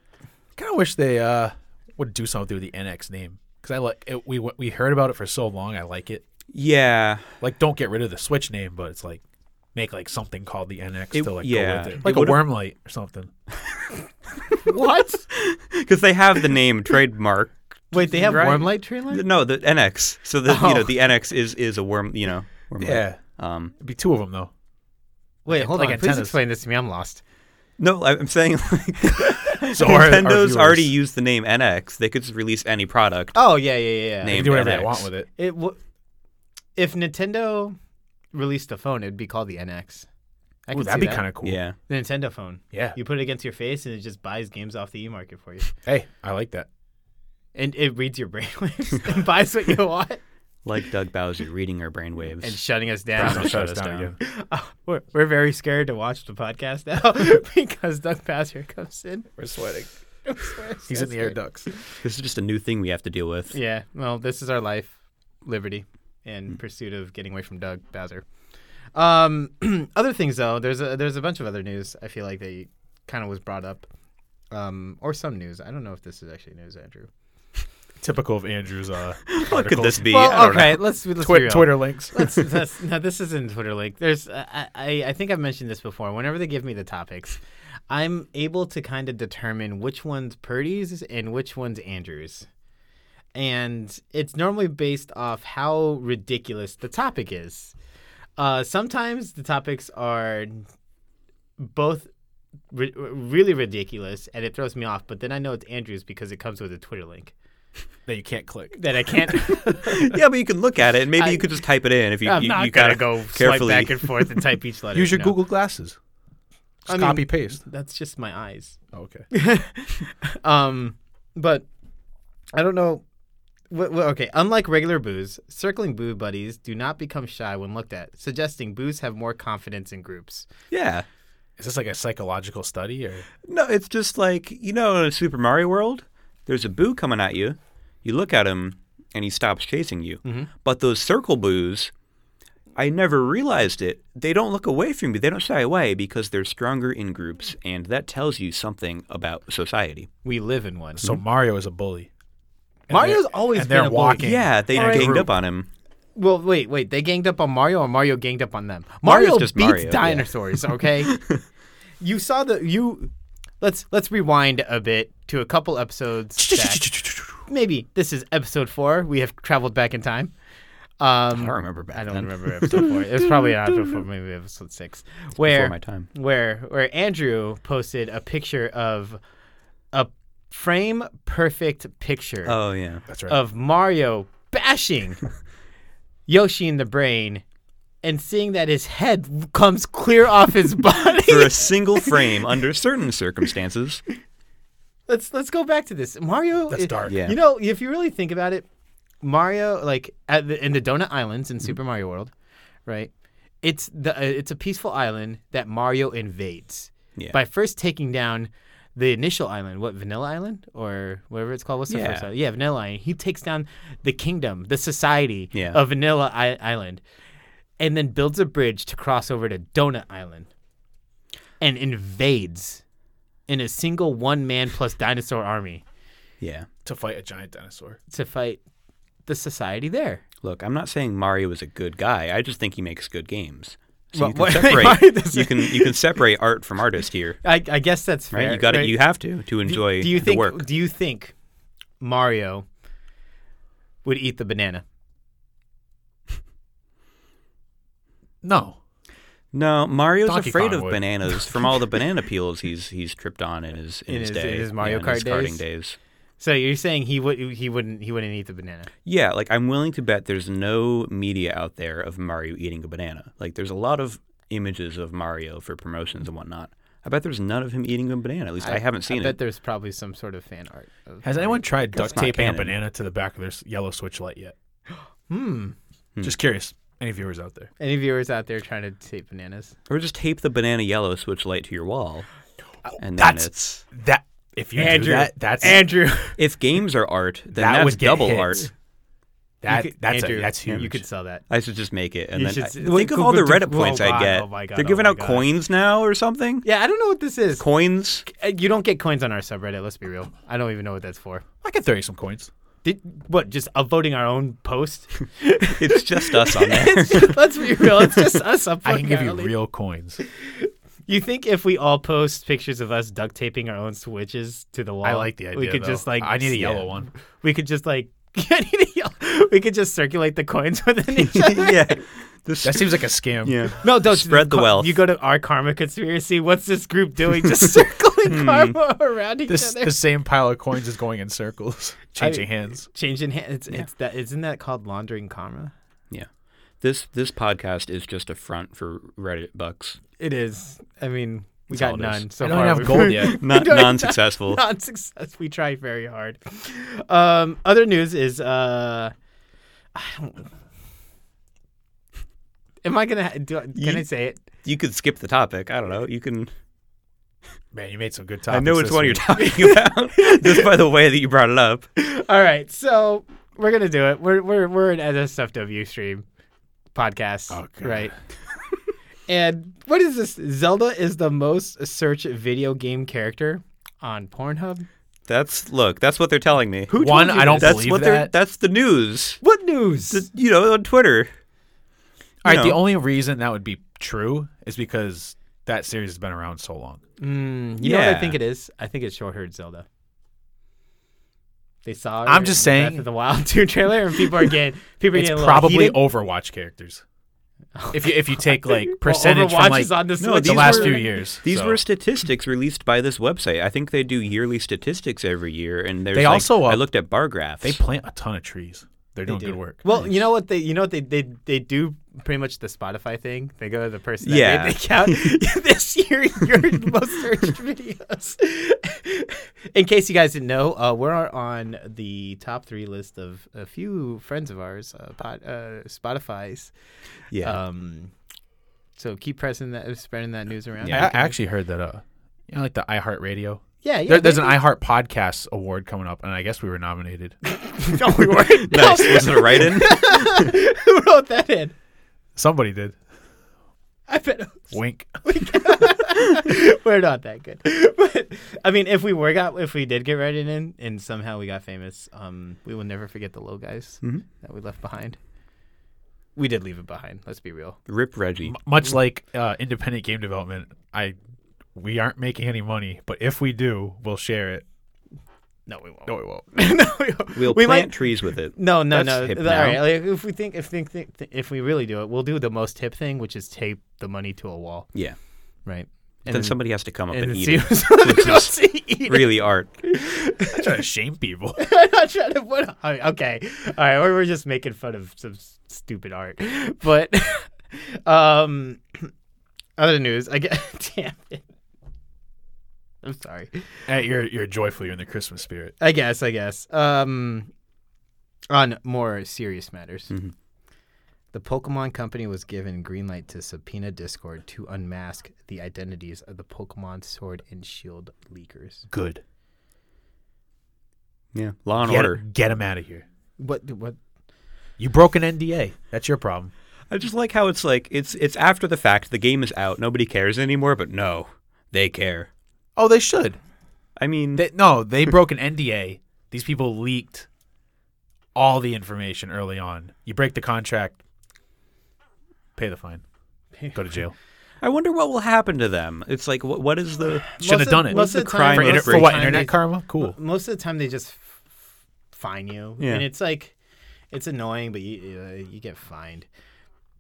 [SPEAKER 3] Kind of wish they uh, would do something with the NX name because I like it, we we heard about it for so long. I like it.
[SPEAKER 2] Yeah,
[SPEAKER 3] Like, don't get rid of the Switch name, but it's like make like something called the NX
[SPEAKER 2] It-
[SPEAKER 3] to like
[SPEAKER 2] yeah.
[SPEAKER 3] go with
[SPEAKER 2] It
[SPEAKER 3] it, like a
[SPEAKER 2] would've-
[SPEAKER 3] Wormlight or something.
[SPEAKER 1] What?
[SPEAKER 2] because they have the name trademark.
[SPEAKER 1] Wait, they have
[SPEAKER 2] Right.
[SPEAKER 1] warm light trailer?
[SPEAKER 2] No, the NX. So the you know
[SPEAKER 1] Oh.
[SPEAKER 2] the NX is is a worm. You know. Worm Um.
[SPEAKER 3] it'd be two of them though.
[SPEAKER 1] Wait, hold
[SPEAKER 3] like
[SPEAKER 1] on. Please
[SPEAKER 3] antennas.
[SPEAKER 1] explain this to me. I'm lost.
[SPEAKER 2] No, I- I'm saying like
[SPEAKER 3] So our- our
[SPEAKER 2] Nintendo's
[SPEAKER 3] viewers
[SPEAKER 2] already used the name NX. They could just release any product.
[SPEAKER 1] Oh yeah, yeah, yeah. yeah.
[SPEAKER 2] Name.
[SPEAKER 3] can do whatever
[SPEAKER 2] NX.
[SPEAKER 3] they want with it.
[SPEAKER 1] It w- if Nintendo released a phone, it'd be called the NX. I
[SPEAKER 3] Ooh,
[SPEAKER 1] could
[SPEAKER 3] that'd be kind of cool.
[SPEAKER 2] Yeah.
[SPEAKER 1] the Nintendo phone.
[SPEAKER 3] Yeah.
[SPEAKER 1] You put it against your face, and it just buys games off the e market for you.
[SPEAKER 3] Hey, I like that.
[SPEAKER 1] and it reads your brainwaves and buys what you want
[SPEAKER 2] like Doug Bowser reading our brainwaves.
[SPEAKER 1] and shutting us down.
[SPEAKER 3] Shut us down again.
[SPEAKER 1] Uh, we're, we're very scared to watch the podcast now because Doug Bowser comes in.
[SPEAKER 4] We're sweating.
[SPEAKER 1] I swear,
[SPEAKER 4] He's
[SPEAKER 1] so
[SPEAKER 4] in the air
[SPEAKER 1] scared.
[SPEAKER 4] ducts.
[SPEAKER 2] this is just a new thing we have to deal with.
[SPEAKER 1] Yeah. Well, this is our life, liberty, in pursuit of getting away from Doug Bowser. Um, other things though, there's a there's a bunch of other news. I feel like they kind of was brought up, um, or some news. I don't know if this is actually news, Andrew.
[SPEAKER 3] Typical of Andrew's. Uh,
[SPEAKER 2] What could this be? I
[SPEAKER 1] Well,
[SPEAKER 2] don't know.
[SPEAKER 1] okay. Let's let's
[SPEAKER 3] Twi- Twitter links.
[SPEAKER 1] Let's, let's, no, this isn't Twitter link. There's, I, I, I think I've mentioned this before. Whenever they give me the topics, I'm able to kind of determine which one's Purdy's and which one's Andrews, and it's normally based off how ridiculous the topic is. Uh, sometimes the topics are both ri- really ridiculous, and it throws me off. But then I know it's Andrews because it comes with a Twitter link
[SPEAKER 3] that you can't click.
[SPEAKER 1] that I can't.
[SPEAKER 2] yeah, but you can look at it. and Maybe
[SPEAKER 1] I-
[SPEAKER 2] you could just type it in if you.
[SPEAKER 1] I'm
[SPEAKER 2] you,
[SPEAKER 1] not
[SPEAKER 2] you
[SPEAKER 1] gonna
[SPEAKER 2] gotta
[SPEAKER 1] go
[SPEAKER 2] carefully.
[SPEAKER 1] swipe back and forth and type each letter.
[SPEAKER 3] Use your
[SPEAKER 1] no.
[SPEAKER 3] Google glasses. Just
[SPEAKER 1] I mean-
[SPEAKER 3] copy paste.
[SPEAKER 1] That's just my eyes.
[SPEAKER 3] Oh, okay.
[SPEAKER 1] Um, but I don't know. Wh- wh- okay, unlike regular boos, circling boo buddies do not become shy when looked at, suggesting boos have more confidence in groups.
[SPEAKER 2] yeah.
[SPEAKER 3] Is this like a psychological study or?
[SPEAKER 2] No, it's just like you know, in Super Mario World, there's a boo coming at you. You look at him, and he stops chasing you.
[SPEAKER 1] Mm-hmm.
[SPEAKER 2] But those circle boos, I never realized it. They don't look away from you. They don't shy away because they're stronger in groups, and that tells you something about society.
[SPEAKER 1] We live in one.
[SPEAKER 3] So Mario is a bully. And
[SPEAKER 1] Mario's
[SPEAKER 3] they're-
[SPEAKER 1] always
[SPEAKER 3] and
[SPEAKER 1] been
[SPEAKER 3] they're
[SPEAKER 1] a bully.
[SPEAKER 3] walking.
[SPEAKER 2] Yeah, they
[SPEAKER 1] Alright.
[SPEAKER 2] ganged
[SPEAKER 1] Group.
[SPEAKER 2] up on him.
[SPEAKER 1] Well, wait, wait. They ganged up on Mario, or Mario ganged up on them.
[SPEAKER 2] Mario's
[SPEAKER 1] Mario
[SPEAKER 2] just
[SPEAKER 1] beats
[SPEAKER 2] Mario, yeah.
[SPEAKER 1] dinosaurs. Okay. you saw the you. Let's let's rewind a bit to a couple episodes. back. Maybe this is episode four. We have traveled back in time. Um,
[SPEAKER 2] I don't remember back
[SPEAKER 1] I don't
[SPEAKER 2] then.
[SPEAKER 1] remember episode four. It was probably not episode four, maybe episode six. Where
[SPEAKER 2] my time.
[SPEAKER 1] Where where Andrew posted a picture of a frame perfect picture
[SPEAKER 2] Oh yeah.
[SPEAKER 3] That's right.
[SPEAKER 1] of Mario bashing Yoshi in the brain and seeing that his head comes clear off his
[SPEAKER 2] For
[SPEAKER 1] body.
[SPEAKER 2] a single frame under certain circumstances.
[SPEAKER 1] let's let's go back to this. Mario
[SPEAKER 3] That's
[SPEAKER 1] i-
[SPEAKER 3] dark.
[SPEAKER 2] Yeah.
[SPEAKER 1] You know, if you really think about it, Mario like at the, in the Donut Islands in Super Mario World, right? It's the uh, it's a peaceful island that Mario invades
[SPEAKER 2] Yeah.
[SPEAKER 1] by first taking down the initial island, what Vanilla Island or whatever it's called. What's the
[SPEAKER 2] Yeah.
[SPEAKER 1] first island? Yeah, Vanilla Island. He takes down the kingdom, the society
[SPEAKER 2] Yeah.
[SPEAKER 1] of Vanilla I- Island, and then builds a bridge to cross over to Donut Island, and invades in a single one man plus dinosaur army
[SPEAKER 2] Yeah.
[SPEAKER 3] to fight a giant dinosaur.
[SPEAKER 1] to fight the society there.
[SPEAKER 2] Look, I'm not saying Mario is a good guy. I just think he makes good games. So
[SPEAKER 1] Well,
[SPEAKER 2] you
[SPEAKER 1] what-
[SPEAKER 2] can separate
[SPEAKER 1] Mario doesn't-
[SPEAKER 2] you can you can separate art from artist here,
[SPEAKER 1] I, I guess that's
[SPEAKER 2] right?
[SPEAKER 1] fair.
[SPEAKER 2] you got to
[SPEAKER 1] right?
[SPEAKER 2] You have to to
[SPEAKER 1] Do-
[SPEAKER 2] enjoy
[SPEAKER 1] do you think?
[SPEAKER 2] the work.
[SPEAKER 1] Do you think Mario would eat the banana?
[SPEAKER 3] No.
[SPEAKER 2] No, Mario's
[SPEAKER 3] Donkey
[SPEAKER 2] afraid
[SPEAKER 3] Kong
[SPEAKER 2] of
[SPEAKER 3] would.
[SPEAKER 2] bananas from all the banana peels he's he's tripped on in his in,
[SPEAKER 1] In
[SPEAKER 2] his,
[SPEAKER 1] his-
[SPEAKER 2] day,
[SPEAKER 1] in his Mario
[SPEAKER 2] yeah, in
[SPEAKER 1] Kart
[SPEAKER 2] his karting
[SPEAKER 1] days?
[SPEAKER 2] days.
[SPEAKER 1] So you're saying he would he wouldn't he wouldn't eat the banana?
[SPEAKER 2] Yeah, like I'm willing to bet there's no media out there of Mario eating a banana. Like there's a lot of images of Mario for promotions and whatnot. I bet there's none of him eating a banana. At least I, haven't seen
[SPEAKER 1] I bet
[SPEAKER 2] it.
[SPEAKER 1] there's probably some sort of fan art. Of
[SPEAKER 3] Has anyone tried duct
[SPEAKER 2] not
[SPEAKER 3] taping a
[SPEAKER 2] canon.
[SPEAKER 3] banana to the back of their s- yellow switch light yet?
[SPEAKER 1] hmm.
[SPEAKER 3] Just curious. Any viewers out there?
[SPEAKER 1] Any viewers out there trying to tape bananas?
[SPEAKER 2] Or just tape the banana yellow switch light to your wall.
[SPEAKER 1] Oh,
[SPEAKER 2] And then it's
[SPEAKER 3] That's that. If you do that, that's
[SPEAKER 1] Andrew.
[SPEAKER 2] if games are art, then
[SPEAKER 3] That
[SPEAKER 2] that's
[SPEAKER 3] would get
[SPEAKER 2] double
[SPEAKER 3] hit.
[SPEAKER 2] art.
[SPEAKER 3] that.
[SPEAKER 1] You could-
[SPEAKER 3] that's
[SPEAKER 1] Andrew,
[SPEAKER 3] a, that's huge.
[SPEAKER 1] You could sell that.
[SPEAKER 2] I should just make it and
[SPEAKER 1] You
[SPEAKER 2] then
[SPEAKER 1] should
[SPEAKER 2] I-
[SPEAKER 1] s-
[SPEAKER 2] think of
[SPEAKER 1] go-
[SPEAKER 2] all the
[SPEAKER 1] go do-
[SPEAKER 2] Reddit points
[SPEAKER 1] oh,
[SPEAKER 2] I
[SPEAKER 1] wow,
[SPEAKER 2] get.
[SPEAKER 1] oh my God,
[SPEAKER 2] They're
[SPEAKER 1] oh
[SPEAKER 2] giving
[SPEAKER 1] my
[SPEAKER 2] out
[SPEAKER 1] God.
[SPEAKER 2] coins now or something.
[SPEAKER 1] Yeah, I don't know what this is.
[SPEAKER 2] Coins.
[SPEAKER 1] Uh, You don't get coins on our subreddit. Let's be real. I don't even know what that's for.
[SPEAKER 3] I can throw you some coins.
[SPEAKER 1] Did what? Just upvoting our own post?
[SPEAKER 2] It's just us on there.
[SPEAKER 1] It's just- let's be real. It's just us upvoting.
[SPEAKER 3] I can give you
[SPEAKER 1] our own-
[SPEAKER 3] real coins.
[SPEAKER 1] You think if we all post pictures of us duct taping our own switches to the wall,
[SPEAKER 3] I like the idea.
[SPEAKER 1] We could
[SPEAKER 3] though.
[SPEAKER 1] just like
[SPEAKER 3] I need a yellow
[SPEAKER 1] yeah.
[SPEAKER 3] one.
[SPEAKER 1] We could just like I need a yellow. We could just circulate the coins within each other.
[SPEAKER 2] yeah. This,
[SPEAKER 3] That seems like a scam.
[SPEAKER 2] yeah.
[SPEAKER 1] No, don't
[SPEAKER 2] Spread the
[SPEAKER 1] co-
[SPEAKER 2] wealth.
[SPEAKER 1] You go to our karma conspiracy. What's this group doing? Just
[SPEAKER 3] Hmm.
[SPEAKER 1] circling karma around each
[SPEAKER 3] This
[SPEAKER 1] other,
[SPEAKER 3] the same pile of coins is going in circles, changing hands.
[SPEAKER 1] changing hands. It's, it's that isn't that called laundering karma?
[SPEAKER 2] Yeah. This this podcast is just a front for Reddit bucks.
[SPEAKER 1] It is. I mean, We
[SPEAKER 2] That's
[SPEAKER 1] got
[SPEAKER 2] all it
[SPEAKER 1] none.
[SPEAKER 2] is.
[SPEAKER 1] So
[SPEAKER 3] I don't
[SPEAKER 1] far.
[SPEAKER 3] have gold yet.
[SPEAKER 2] Not
[SPEAKER 1] don't-
[SPEAKER 2] non-successful.
[SPEAKER 1] Not success. We try very hard. Um, other news is uh, I don't. Am I gonna? ha- Do, I- can
[SPEAKER 2] You-
[SPEAKER 1] I say it?
[SPEAKER 2] You could skip the topic. I don't know. You can.
[SPEAKER 3] Man, you made some good
[SPEAKER 2] I
[SPEAKER 3] topics.
[SPEAKER 2] know which
[SPEAKER 3] this
[SPEAKER 2] one you're
[SPEAKER 3] week.
[SPEAKER 2] talking about just by the way that you brought it up.
[SPEAKER 1] All right, so we're gonna do it. We're we're we're an NSFW stream podcast,
[SPEAKER 3] Oh, God.
[SPEAKER 1] right? and what is this? Zelda is the most searched video game character on Pornhub.
[SPEAKER 2] That's look. That's what they're telling me.
[SPEAKER 1] Who told
[SPEAKER 3] One,
[SPEAKER 1] you
[SPEAKER 3] I don't
[SPEAKER 1] this?
[SPEAKER 2] That's
[SPEAKER 3] believe
[SPEAKER 2] what they're.
[SPEAKER 3] that.
[SPEAKER 2] That's the news.
[SPEAKER 1] What news?
[SPEAKER 2] Th- You know, on Twitter.
[SPEAKER 3] All right, the
[SPEAKER 2] No.
[SPEAKER 3] only reason that would be true is because that series has been around so long.
[SPEAKER 1] Mm, you know what I
[SPEAKER 2] Yeah.
[SPEAKER 1] think it is? I think it's short haired Zelda. They saw. her
[SPEAKER 3] I'm
[SPEAKER 1] in
[SPEAKER 3] just
[SPEAKER 1] the Breath
[SPEAKER 3] saying-
[SPEAKER 1] of the Wild two trailer, and people are getting people are
[SPEAKER 3] It's
[SPEAKER 1] getting a little
[SPEAKER 3] probably
[SPEAKER 1] heated.
[SPEAKER 3] Overwatch characters. If you if you take like
[SPEAKER 1] Well,
[SPEAKER 3] percentage
[SPEAKER 1] Overwatch
[SPEAKER 3] from like
[SPEAKER 1] is on the,
[SPEAKER 2] No,
[SPEAKER 1] Switch.
[SPEAKER 3] the
[SPEAKER 2] these
[SPEAKER 3] last
[SPEAKER 2] were-
[SPEAKER 3] few years,
[SPEAKER 2] These
[SPEAKER 3] so.
[SPEAKER 2] were statistics released by this website. I think they do yearly statistics every year, and there's
[SPEAKER 3] They
[SPEAKER 2] like-
[SPEAKER 3] also, uh,
[SPEAKER 2] I looked at bar graphs.
[SPEAKER 3] they plant a ton of trees. They're
[SPEAKER 1] They
[SPEAKER 3] doing
[SPEAKER 1] do.
[SPEAKER 3] good work.
[SPEAKER 1] Well, you know what they you know what they, they they do pretty much the Spotify thing. They go to the person that
[SPEAKER 2] Yeah.
[SPEAKER 1] made the count this year your most searched videos. In case you guys didn't know, uh, we're on the top three list of a few friends of ours, uh, pod, uh, Spotify's.
[SPEAKER 2] yeah.
[SPEAKER 1] Um, so keep pressing that, spreading that news around.
[SPEAKER 3] I, I actually heard that uh, you know, like the iHeartRadio.
[SPEAKER 1] yeah, yeah.
[SPEAKER 3] There, there's an
[SPEAKER 1] maybe-
[SPEAKER 3] iHeart Podcasts Award coming up, and I guess we were nominated.
[SPEAKER 1] no, we weren't.
[SPEAKER 2] nice. Was it a write-in?
[SPEAKER 1] Who wrote that in?
[SPEAKER 3] Somebody did.
[SPEAKER 1] I bet it was-
[SPEAKER 3] Wink.
[SPEAKER 1] we're not that good. But I mean, if we were got, if we did get written in, and somehow we got famous, um, we will never forget the little guys
[SPEAKER 2] Mm-hmm.
[SPEAKER 1] that we left behind. We did leave it behind. Let's be real.
[SPEAKER 2] Rip Reggie.
[SPEAKER 3] M- much like uh, independent game development, I we aren't making any money, but if we do, we'll share it.
[SPEAKER 1] No, we won't.
[SPEAKER 3] No, we won't.
[SPEAKER 1] no, we won't.
[SPEAKER 2] We'll
[SPEAKER 1] We
[SPEAKER 2] plant
[SPEAKER 1] might-
[SPEAKER 2] trees with it.
[SPEAKER 1] No, no,
[SPEAKER 2] That's
[SPEAKER 1] no.
[SPEAKER 2] hip
[SPEAKER 1] All
[SPEAKER 2] now.
[SPEAKER 1] right, like, if we think, if think, think, if we really do it, we'll do the most hip thing, which is tape the money to a wall,
[SPEAKER 2] Yeah.
[SPEAKER 1] right?
[SPEAKER 2] then somebody has to come up
[SPEAKER 1] and
[SPEAKER 2] and,
[SPEAKER 1] then
[SPEAKER 2] eat
[SPEAKER 1] see
[SPEAKER 2] it.
[SPEAKER 1] who's who's
[SPEAKER 2] Which
[SPEAKER 1] gonna
[SPEAKER 2] is
[SPEAKER 1] see eat it.
[SPEAKER 2] Really art.
[SPEAKER 3] I'm trying to shame people.
[SPEAKER 1] I'm not trying to put. I mean, okay, all right, we're, we're just making fun of some s- stupid art, but um, other news. I get. Damn it. I'm sorry.
[SPEAKER 3] Hey, you're you're joyful. You're in the Christmas spirit.
[SPEAKER 1] I guess. I guess. Um, on more serious matters,
[SPEAKER 3] Mm-hmm.
[SPEAKER 2] Mhm.
[SPEAKER 1] the Pokemon Company was given green light to subpoena Discord to unmask the identities of the Pokemon Sword and Shield leakers.
[SPEAKER 3] Good.
[SPEAKER 2] Yeah. Law and
[SPEAKER 3] Get,
[SPEAKER 2] order.
[SPEAKER 3] get him out of here.
[SPEAKER 1] What? What?
[SPEAKER 3] You broke an NDA. That's your problem.
[SPEAKER 2] I just like how it's like it's it's after the fact. The game is out. Nobody cares anymore. But no, they care.
[SPEAKER 3] Oh, they should.
[SPEAKER 2] I mean,
[SPEAKER 3] They, no, they broke an NDA. These people leaked all the information early on. You break the contract, pay the fine, go to jail.
[SPEAKER 2] I wonder what will happen to them. It's like what what is the
[SPEAKER 1] Most
[SPEAKER 3] Shouldn't have done
[SPEAKER 1] of-
[SPEAKER 3] it.
[SPEAKER 1] most of
[SPEAKER 2] the
[SPEAKER 1] the time-
[SPEAKER 2] crime
[SPEAKER 3] For,
[SPEAKER 1] most
[SPEAKER 3] inter-
[SPEAKER 1] of the
[SPEAKER 3] for what?
[SPEAKER 1] time
[SPEAKER 3] Internet
[SPEAKER 1] they-
[SPEAKER 3] karma? Cool.
[SPEAKER 1] most of the time they just f- f- fine you
[SPEAKER 2] Yeah.
[SPEAKER 1] and it's like it's annoying but you uh, you get fined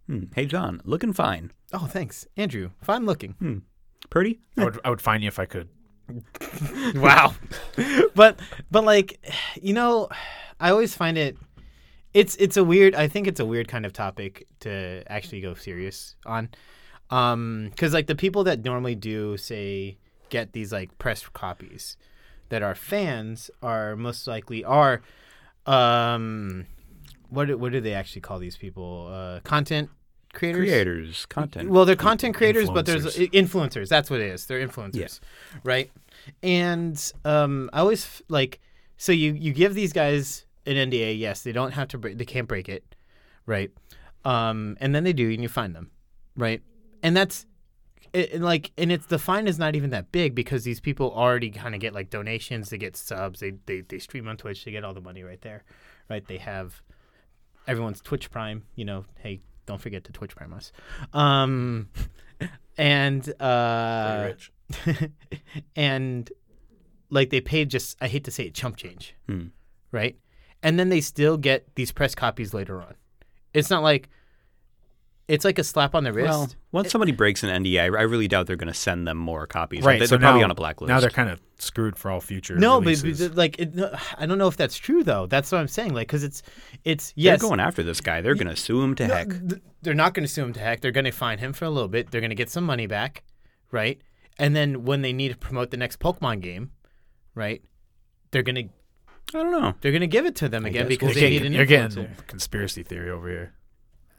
[SPEAKER 2] Hmm. Hey, John, looking fine.
[SPEAKER 1] oh thanks andrew fine looking
[SPEAKER 2] Purdy.
[SPEAKER 3] I would, I would fine you if I could.
[SPEAKER 1] wow but but like you know i always find it it's it's a weird i think it's a weird kind of topic to actually go serious on um because like the people that normally do say get these like press copies that are fans are most likely are um what do, what do they actually call these people uh content creators
[SPEAKER 2] Creators, content.
[SPEAKER 1] well, they're content creators, but there's
[SPEAKER 3] influencers.
[SPEAKER 1] influencers. That's what it is. They're influencers, right? And um, I always f- like so you you give these guys an NDA. Yes, they don't have to. Break, they can't break it, right? Um, and then they do, and you find them, right? And that's it, and like, and it's the fine is not even that big because these people already kind of get like donations. They get subs. They, they they stream on Twitch. They get all the money right there, right? They have everyone's Twitch Prime. You know, hey, don't forget to Twitch Prime us. Um, and uh,
[SPEAKER 3] rich.
[SPEAKER 1] and like they pay just I hate to say it chump change,
[SPEAKER 2] Hmm.
[SPEAKER 1] right? And then they still get these press copies later on. It's not like it's like a slap on the wrist.
[SPEAKER 2] Well, once somebody breaks an NDA, I really doubt they're going to send them more copies. Like,
[SPEAKER 3] Right.
[SPEAKER 2] they-
[SPEAKER 3] so
[SPEAKER 2] they're probably
[SPEAKER 3] now,
[SPEAKER 2] on a blacklist.
[SPEAKER 3] Now they're kind of screwed for all future.
[SPEAKER 1] no, but,
[SPEAKER 3] releases.
[SPEAKER 1] but, like it, no, I don't know if that's true though. That's what I'm saying. Like because it's it's
[SPEAKER 2] They're
[SPEAKER 1] yes,
[SPEAKER 2] going after this guy. They're going to sue him to heck.
[SPEAKER 1] th- they're not going to sue him to heck. They're going to fine him for a little bit. They're going to get some money back, right? And then when they need to promote the next Pokemon game, right? They're gonna
[SPEAKER 2] I don't know.
[SPEAKER 1] they're gonna give it to them again
[SPEAKER 2] guess
[SPEAKER 1] because
[SPEAKER 2] we'll
[SPEAKER 1] they
[SPEAKER 2] see.
[SPEAKER 1] need an
[SPEAKER 3] You're getting
[SPEAKER 1] influencer.
[SPEAKER 3] conspiracy theory over here.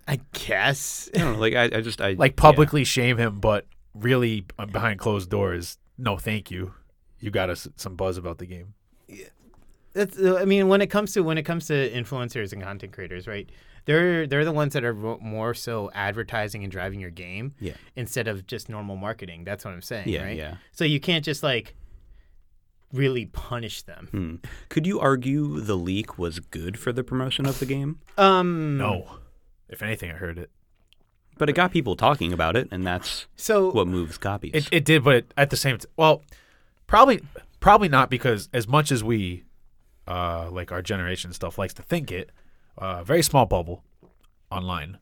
[SPEAKER 1] I guess.
[SPEAKER 2] I don't know. Like I, I just I
[SPEAKER 3] Like publicly shame him, but really uh, behind closed doors, no, thank you. You got us some buzz about the game.
[SPEAKER 1] That's, uh, I mean, when it comes to when it comes to influencers and content creators, right? They're they're the ones that are ro- more so advertising and driving your game,
[SPEAKER 2] Yeah.
[SPEAKER 1] instead of just normal marketing. That's what I'm saying,
[SPEAKER 2] Yeah,
[SPEAKER 1] right?
[SPEAKER 2] yeah.
[SPEAKER 1] So you can't just like really punish them.
[SPEAKER 2] Yeah. Hmm. Could you argue the leak was good for the promotion of the game?
[SPEAKER 1] Um,
[SPEAKER 3] No. If anything, I heard it.
[SPEAKER 2] But it got people talking about it, and that's
[SPEAKER 1] So
[SPEAKER 2] what moves copies.
[SPEAKER 3] It, it did, but at the same time, well, probably probably not because as much as we, uh, like our generation stuff likes to think it, uh, very small bubble online,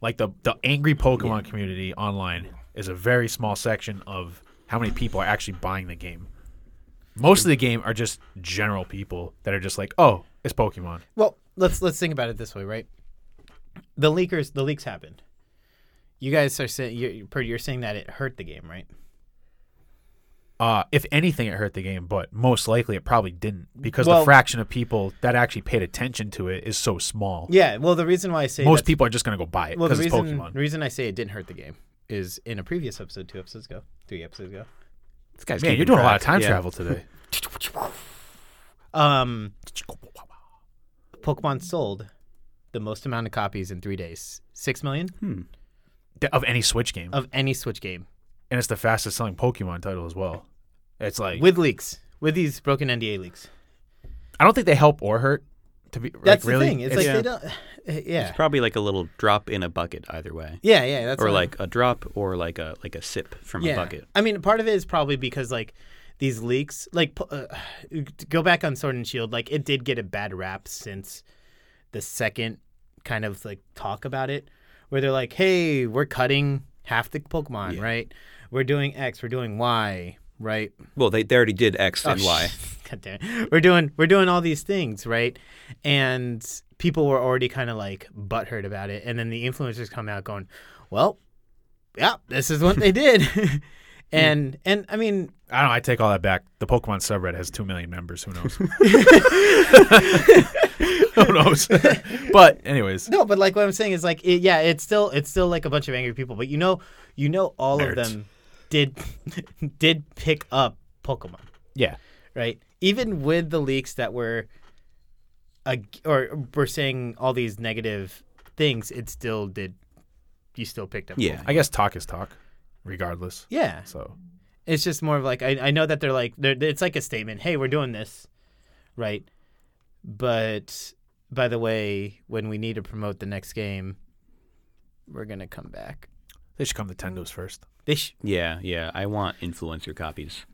[SPEAKER 3] like the the angry Pokemon community online is a very small section of how many people are actually buying the game. Most of the game are just general people that are just like, oh, it's Pokemon.
[SPEAKER 1] Well, let's let's think about it this way, right? The leakers, the leaks happened. You guys are saying you're, per- you're saying that it hurt the game, right?
[SPEAKER 3] Uh, if anything, it hurt the game, but most likely it probably didn't because
[SPEAKER 1] Well-
[SPEAKER 3] the fraction of people that actually paid attention to it is so small.
[SPEAKER 1] Yeah. Well, the reason why I say
[SPEAKER 3] most
[SPEAKER 1] that's-
[SPEAKER 3] people are just going to go buy it
[SPEAKER 1] Well, the
[SPEAKER 3] because it's
[SPEAKER 1] reason
[SPEAKER 3] Pokemon.
[SPEAKER 1] the reason I say it didn't hurt the game is in a previous episode, two episodes ago, three episodes ago.
[SPEAKER 2] this guy's
[SPEAKER 3] Man,
[SPEAKER 2] keeping
[SPEAKER 3] you're doing a lot
[SPEAKER 2] track.
[SPEAKER 3] of time
[SPEAKER 2] Yeah.
[SPEAKER 3] travel today.
[SPEAKER 1] Um, Pokemon sold the most amount of copies in three days, six million
[SPEAKER 3] Hmm. Th- of any Switch game,
[SPEAKER 1] of any Switch game
[SPEAKER 3] and it's the fastest selling Pokemon title as well. It's like
[SPEAKER 1] with leaks, with these broken NDA leaks.
[SPEAKER 3] I don't think they help or hurt. To be like,
[SPEAKER 1] That's
[SPEAKER 3] really,
[SPEAKER 1] the thing. It's, like they don't. Yeah.
[SPEAKER 2] It's probably like a little drop in a bucket either way,
[SPEAKER 1] Yeah, yeah. That's
[SPEAKER 2] or
[SPEAKER 1] what I'm-
[SPEAKER 2] like a drop, or like a like a sip from a bucket.
[SPEAKER 1] I mean, part of it is probably because like these leaks, like pu- uh, to go back on Sword and Shield, like it did get a bad rap since the second kind of like talk about it, where they're like, "Hey, we're cutting half the Pokemon, right? We're doing X, we're doing Y, right?
[SPEAKER 2] Well, they, they already did X and
[SPEAKER 1] Oh,
[SPEAKER 2] Y.
[SPEAKER 1] God damn it. We're doing we're doing all these things, right? And people were already kind of like butthurt about it, and then the influencers come out going, "Well, yeah, this is what they did," and and I mean,
[SPEAKER 3] I don't. know. I take all that back. The Pokemon subreddit has two million members. Who knows? Who knows? but anyways,
[SPEAKER 1] no, but like what I'm saying is like, it, yeah, it's still it's still like a bunch of angry people, but you know, you know, all
[SPEAKER 3] Nerds.
[SPEAKER 1] of them did did pick up Pokemon.
[SPEAKER 3] yeah,
[SPEAKER 1] right? Even with the leaks that were, ag- or were saying all these negative things, it still did. You still picked up.
[SPEAKER 2] Yeah,
[SPEAKER 3] I guess talk is talk, regardless.
[SPEAKER 1] yeah.
[SPEAKER 3] So
[SPEAKER 1] It's just more of like I, I know that they're like they're, it's like a statement. Hey, we're doing this, right? But by the way, when we need to promote the next game, we're gonna come back.
[SPEAKER 3] they should come to Tendo's first.
[SPEAKER 1] They sh-
[SPEAKER 2] yeah, yeah. I want influencer copies.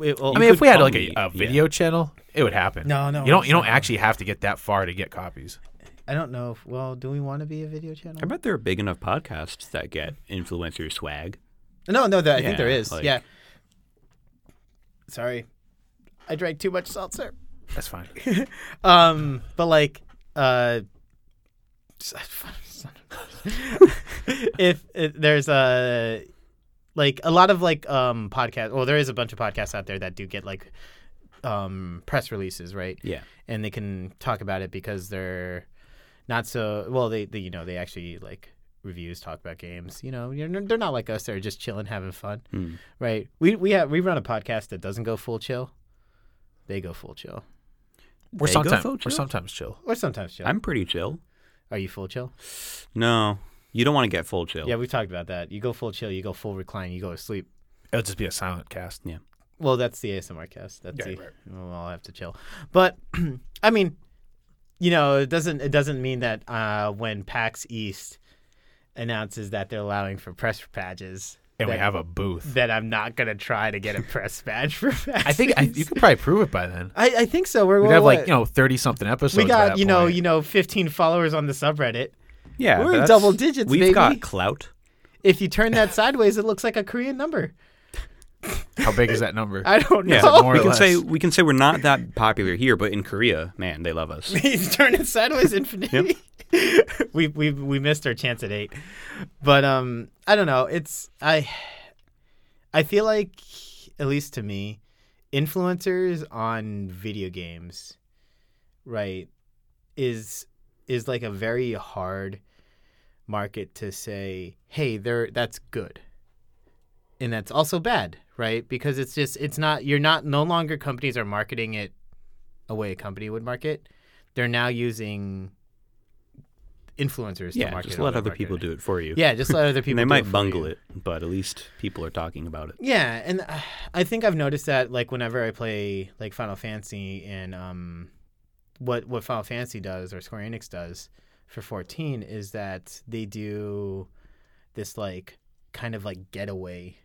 [SPEAKER 1] it- well,
[SPEAKER 3] I mean, if
[SPEAKER 2] could
[SPEAKER 3] we had
[SPEAKER 2] call
[SPEAKER 3] like
[SPEAKER 2] me-
[SPEAKER 3] a,
[SPEAKER 2] yeah.
[SPEAKER 3] a video channel, it would happen.
[SPEAKER 1] No, no,
[SPEAKER 3] you don't.
[SPEAKER 1] it's
[SPEAKER 3] You don't
[SPEAKER 1] not.
[SPEAKER 3] actually have to get that far to get copies.
[SPEAKER 1] I don't know. If, well, do we want to be a video channel?
[SPEAKER 2] I bet there are big enough podcasts that get influencer swag.
[SPEAKER 1] No, no, that, I
[SPEAKER 2] Yeah,
[SPEAKER 1] think there is.
[SPEAKER 2] like-
[SPEAKER 1] yeah. Sorry, I drank too much seltzer.
[SPEAKER 3] That's fine.
[SPEAKER 1] Um, but like, uh, if, if there's a like a lot of like um podcast, well, there is a bunch of podcasts out there that do get like um press releases, right?
[SPEAKER 2] Yeah,
[SPEAKER 1] and they can talk about it because they're not so well they, they you know they actually like reviews talk about games you know you're, they're not like us they're just chilling having fun
[SPEAKER 2] Hmm.
[SPEAKER 1] right we we have we run a podcast that doesn't go full chill they go full chill
[SPEAKER 3] We're
[SPEAKER 2] They go
[SPEAKER 3] sometimes
[SPEAKER 2] full
[SPEAKER 3] we're
[SPEAKER 2] chill?
[SPEAKER 3] sometimes chill.
[SPEAKER 1] or sometimes chill
[SPEAKER 2] I'm pretty chill.
[SPEAKER 1] are you full chill
[SPEAKER 2] No, you don't want to get full chill.
[SPEAKER 1] yeah we've talked about that you go full chill you go full recline you go to sleep
[SPEAKER 3] It'll just be a silent cast.
[SPEAKER 2] yeah.
[SPEAKER 1] Well, that's the ASMR cast. That's the,
[SPEAKER 3] Yeah, right.
[SPEAKER 1] well, I'll have to chill. But I mean, you know, it doesn't it doesn't mean that uh, when PAX East announces that they're allowing for press badges,
[SPEAKER 3] And
[SPEAKER 1] that,
[SPEAKER 3] we have a booth.
[SPEAKER 1] that I'm not gonna try to get a press badge for PAX.
[SPEAKER 3] I think I, you
[SPEAKER 1] East.
[SPEAKER 3] could probably prove it by then.
[SPEAKER 1] I, I think so. We're
[SPEAKER 3] We'd
[SPEAKER 1] we're
[SPEAKER 3] have like
[SPEAKER 1] what?
[SPEAKER 3] you know thirty something episodes.
[SPEAKER 1] we
[SPEAKER 3] by
[SPEAKER 1] got
[SPEAKER 3] that
[SPEAKER 1] you know
[SPEAKER 3] point.
[SPEAKER 1] you know 15 followers on the subreddit.
[SPEAKER 2] Yeah,
[SPEAKER 1] We're in
[SPEAKER 2] that's-
[SPEAKER 1] double digits,
[SPEAKER 2] We've
[SPEAKER 1] baby.
[SPEAKER 2] got clout.
[SPEAKER 1] If you turn that sideways, it looks like a Korean number.
[SPEAKER 3] how big is that number?
[SPEAKER 1] I don't know.
[SPEAKER 2] Yeah,
[SPEAKER 3] more
[SPEAKER 2] we
[SPEAKER 3] or
[SPEAKER 2] can say
[SPEAKER 3] less.
[SPEAKER 2] we can say we're not that popular here, but in Korea, man, they love us.
[SPEAKER 1] He's turning sideways infinity. we we we missed our chance at eight, but um, I don't know. It's I, I feel like, at least to me, influencers on video games, right, is is like a very hard market to say, hey, there that's good, and that's also bad, right? Because it's just it's not you're not no longer companies are marketing it a way a company would market. They're now using influencers to
[SPEAKER 2] Yeah,
[SPEAKER 1] market.
[SPEAKER 2] just
[SPEAKER 1] it
[SPEAKER 2] let
[SPEAKER 1] the
[SPEAKER 2] other
[SPEAKER 1] market
[SPEAKER 2] people do it for you.
[SPEAKER 1] Yeah, just let other people.
[SPEAKER 2] and they
[SPEAKER 1] do
[SPEAKER 2] might
[SPEAKER 1] it for
[SPEAKER 2] bungle
[SPEAKER 1] you.
[SPEAKER 2] it, but at least people are talking about it.
[SPEAKER 1] Yeah, and uh, I think I've noticed that like whenever I play like Final Fantasy and um, what what Final Fantasy does or Square Enix does for 14 is that they do this like kind of like getaway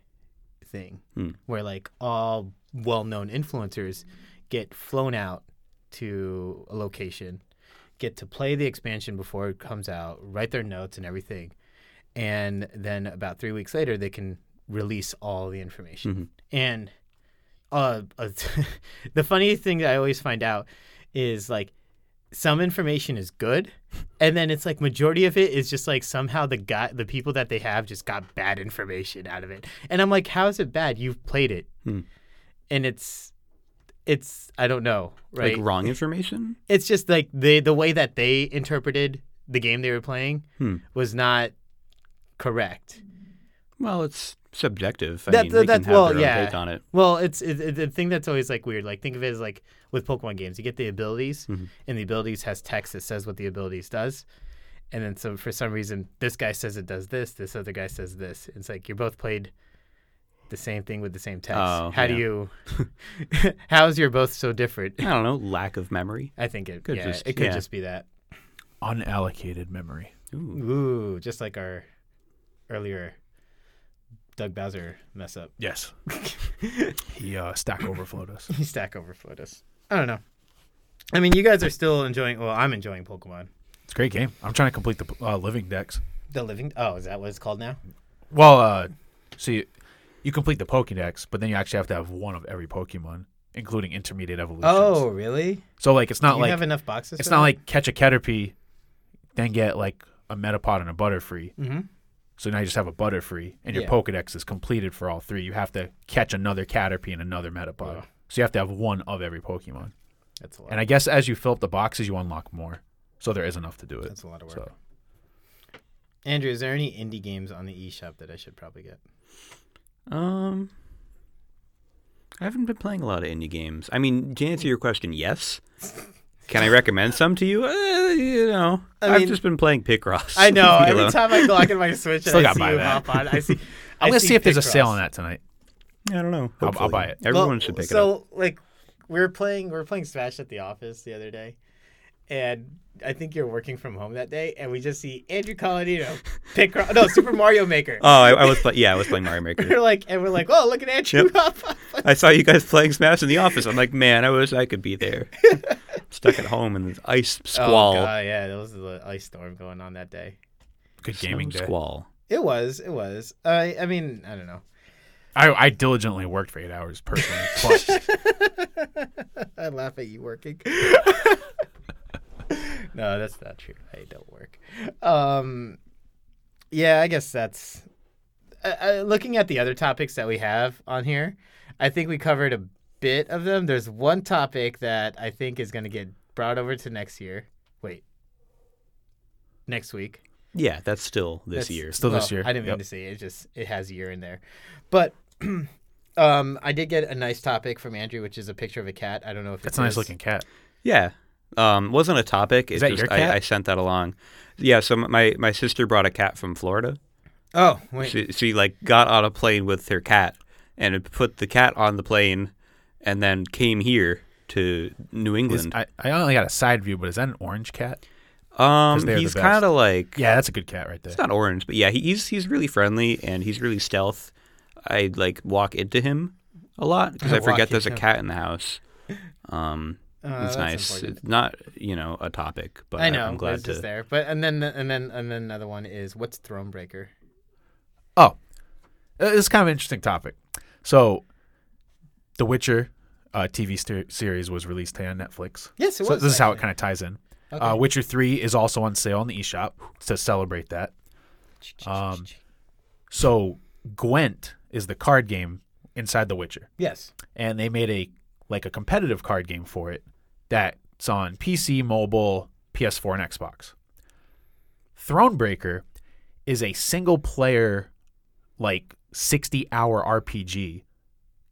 [SPEAKER 1] thing
[SPEAKER 2] Hmm.
[SPEAKER 1] where like all well-known influencers get flown out to a location, get to play the expansion before it comes out, write their notes and everything, and then about three weeks later they can release all the information
[SPEAKER 2] Mm-hmm.
[SPEAKER 1] and uh, uh the funny thing that i always find out is like some information is good and then it's like majority of it is just like somehow the guy the people that they have just got bad information out of it and i'm like how is it bad you've played it
[SPEAKER 2] Hmm.
[SPEAKER 1] and it's it's i don't know right
[SPEAKER 2] Like wrong information?
[SPEAKER 1] it's just like the the way that they interpreted the game they were playing
[SPEAKER 2] Hmm.
[SPEAKER 1] was not correct
[SPEAKER 2] Well, it's subjective. I
[SPEAKER 1] That-
[SPEAKER 2] mean, they
[SPEAKER 1] that-
[SPEAKER 2] can have
[SPEAKER 1] well,
[SPEAKER 2] their
[SPEAKER 1] yeah.
[SPEAKER 2] own take on it.
[SPEAKER 1] Well, it's it, it, the thing that's always like weird. Like think of it as like with Pokemon games, you get the abilities,
[SPEAKER 2] Mm-hmm.
[SPEAKER 1] and the abilities has text that says what the abilities does, and then so for some reason this guy says it does this, this other guy says this. It's like you're both played the same thing with the same text.
[SPEAKER 2] Oh,
[SPEAKER 1] how do
[SPEAKER 2] yeah.
[SPEAKER 1] you? how is you're both so different?
[SPEAKER 2] I don't know, lack of memory.
[SPEAKER 1] I think it
[SPEAKER 2] Could
[SPEAKER 1] yeah,
[SPEAKER 2] just-
[SPEAKER 1] it could
[SPEAKER 2] yeah.
[SPEAKER 1] just be that.
[SPEAKER 3] Unallocated memory.
[SPEAKER 2] Ooh.
[SPEAKER 1] Ooh, just like our earlier Doug Bowser mess up.
[SPEAKER 3] Yes. he uh, stack overflowed us.
[SPEAKER 1] He stack overflowed us. I don't know. I mean, you guys are still enjoying. Well, I'm enjoying Pokemon.
[SPEAKER 3] It's a great game. I'm trying to complete the uh, living decks.
[SPEAKER 1] The living. Oh, is that what it's called now?
[SPEAKER 3] Well, uh, so you, you complete the Pokédex, but then you actually have to have one of every Pokemon, including intermediate evolutions.
[SPEAKER 1] Oh, really?
[SPEAKER 3] so like it's
[SPEAKER 1] Do
[SPEAKER 3] not
[SPEAKER 1] you
[SPEAKER 3] like
[SPEAKER 1] have enough boxes?
[SPEAKER 3] it's not like catch a Caterpie, then get like a Metapod and a Butterfree.
[SPEAKER 1] hmm
[SPEAKER 3] So now you just have a Butterfree, and your
[SPEAKER 1] Yeah.
[SPEAKER 3] Pokedex is completed for all three. You have to catch another Caterpie and another Metapod.
[SPEAKER 1] Wow.
[SPEAKER 3] So you have to have one of every Pokemon.
[SPEAKER 1] That's a lot.
[SPEAKER 3] And I guess as you fill up the boxes, you unlock more. So there is enough to do it.
[SPEAKER 1] That's a lot of work.
[SPEAKER 3] So
[SPEAKER 1] Andrew, is there any indie games on the eShop that I should probably get?
[SPEAKER 2] Um, I haven't been playing a lot of indie games. I mean, to answer your question, yes. Can I recommend some to you? Uh, you know,
[SPEAKER 1] I
[SPEAKER 2] I've
[SPEAKER 1] mean-
[SPEAKER 2] just been playing Picross.
[SPEAKER 1] I know.
[SPEAKER 2] Leave me
[SPEAKER 1] Every
[SPEAKER 2] alone.
[SPEAKER 1] time I log in my Switch and
[SPEAKER 3] Still
[SPEAKER 1] I
[SPEAKER 3] gotta
[SPEAKER 1] see
[SPEAKER 3] buy
[SPEAKER 1] you
[SPEAKER 3] that.
[SPEAKER 1] hop on, I see.
[SPEAKER 3] I'm gonna see if there's a sale on
[SPEAKER 1] that.
[SPEAKER 3] that tonight.
[SPEAKER 2] I don't know.
[SPEAKER 3] I'll- I'll
[SPEAKER 2] Hopefully.
[SPEAKER 3] buy it.
[SPEAKER 2] Everyone
[SPEAKER 1] Well,
[SPEAKER 2] should pick it up.
[SPEAKER 1] so, like, we were playing we were playing Smash at the office the other day, and I think you're working from home that day, and we just see Andrew Colanino pick no Super Mario Maker.
[SPEAKER 2] Oh, I, I was play- yeah, I was playing Mario Maker.
[SPEAKER 1] we're like, and we're like, oh, look at Andrew.
[SPEAKER 2] I saw you guys playing Smash in the office. I'm like, man, I wish I could be there. Stuck at home in this ice squall.
[SPEAKER 1] Oh God, yeah, that was the ice storm going on that day.
[SPEAKER 3] Good
[SPEAKER 2] Snow
[SPEAKER 3] gaming day.
[SPEAKER 2] squall.
[SPEAKER 1] It was, it was. I, I mean, I don't know.
[SPEAKER 3] I, I diligently worked for eight hours personally. Plus,
[SPEAKER 1] I laugh at you working. no, that's not true. I don't work. Um, yeah, I guess that's. I, I, looking at the other topics that we have on here, I think we covered a bit of them. There's one topic that I think is going to get brought over to next year. Wait, next week.
[SPEAKER 2] Yeah, that's still this
[SPEAKER 1] That's-
[SPEAKER 2] year.
[SPEAKER 3] still this
[SPEAKER 1] Well,
[SPEAKER 3] year.
[SPEAKER 1] I didn't mean
[SPEAKER 3] Yep.
[SPEAKER 1] to say it. it. Just it has year in there, but um, I did get a nice topic from Andrew, which is a picture of a cat. I don't know if
[SPEAKER 3] That's
[SPEAKER 1] it's
[SPEAKER 3] a nice looking cat.
[SPEAKER 2] Yeah. Um, wasn't a topic. It's
[SPEAKER 3] that
[SPEAKER 2] just
[SPEAKER 3] your cat?
[SPEAKER 2] I, I sent that along. Yeah, so my, my sister brought a cat from Florida.
[SPEAKER 1] Oh wait,
[SPEAKER 2] She, she like got on a plane with her cat and it put the cat on the plane and then came here to New
[SPEAKER 3] Is,
[SPEAKER 2] England.
[SPEAKER 3] I, I only got a side view, but is that an orange cat?
[SPEAKER 2] um
[SPEAKER 3] they're the
[SPEAKER 2] he's
[SPEAKER 3] best.
[SPEAKER 2] kind of like
[SPEAKER 3] Yeah, that's a good cat right there.
[SPEAKER 2] it's not orange, but yeah, he, he's he's really friendly and he's really stealth. I like walk into him a lot because I
[SPEAKER 1] Walk
[SPEAKER 2] forget there's a
[SPEAKER 1] into-
[SPEAKER 2] cat in the house. Um
[SPEAKER 1] Uh,
[SPEAKER 2] it's
[SPEAKER 1] that's
[SPEAKER 2] nice.
[SPEAKER 1] important.
[SPEAKER 2] It's not, you know, a topic, but
[SPEAKER 1] I know.
[SPEAKER 2] I'm
[SPEAKER 1] it's
[SPEAKER 2] glad to
[SPEAKER 1] just there. But and then and then and then another one is what's Thronebreaker?
[SPEAKER 3] Oh, Uh, it's kind of an interesting topic. So, The Witcher uh, TV ster- series was released today on Netflix.
[SPEAKER 1] Yes, it
[SPEAKER 3] so
[SPEAKER 1] was,
[SPEAKER 3] this is how it
[SPEAKER 1] actually.
[SPEAKER 3] kind of ties in.
[SPEAKER 1] Okay.
[SPEAKER 3] Uh, Witcher Three is also on sale on the eShop to celebrate that. Um, so Gwent is the card game inside The Witcher,
[SPEAKER 1] Yes.
[SPEAKER 3] and they made a like a competitive card game for it that's on PC, mobile, PS4, and Xbox. Thronebreaker is a single player, like 60 hour RPG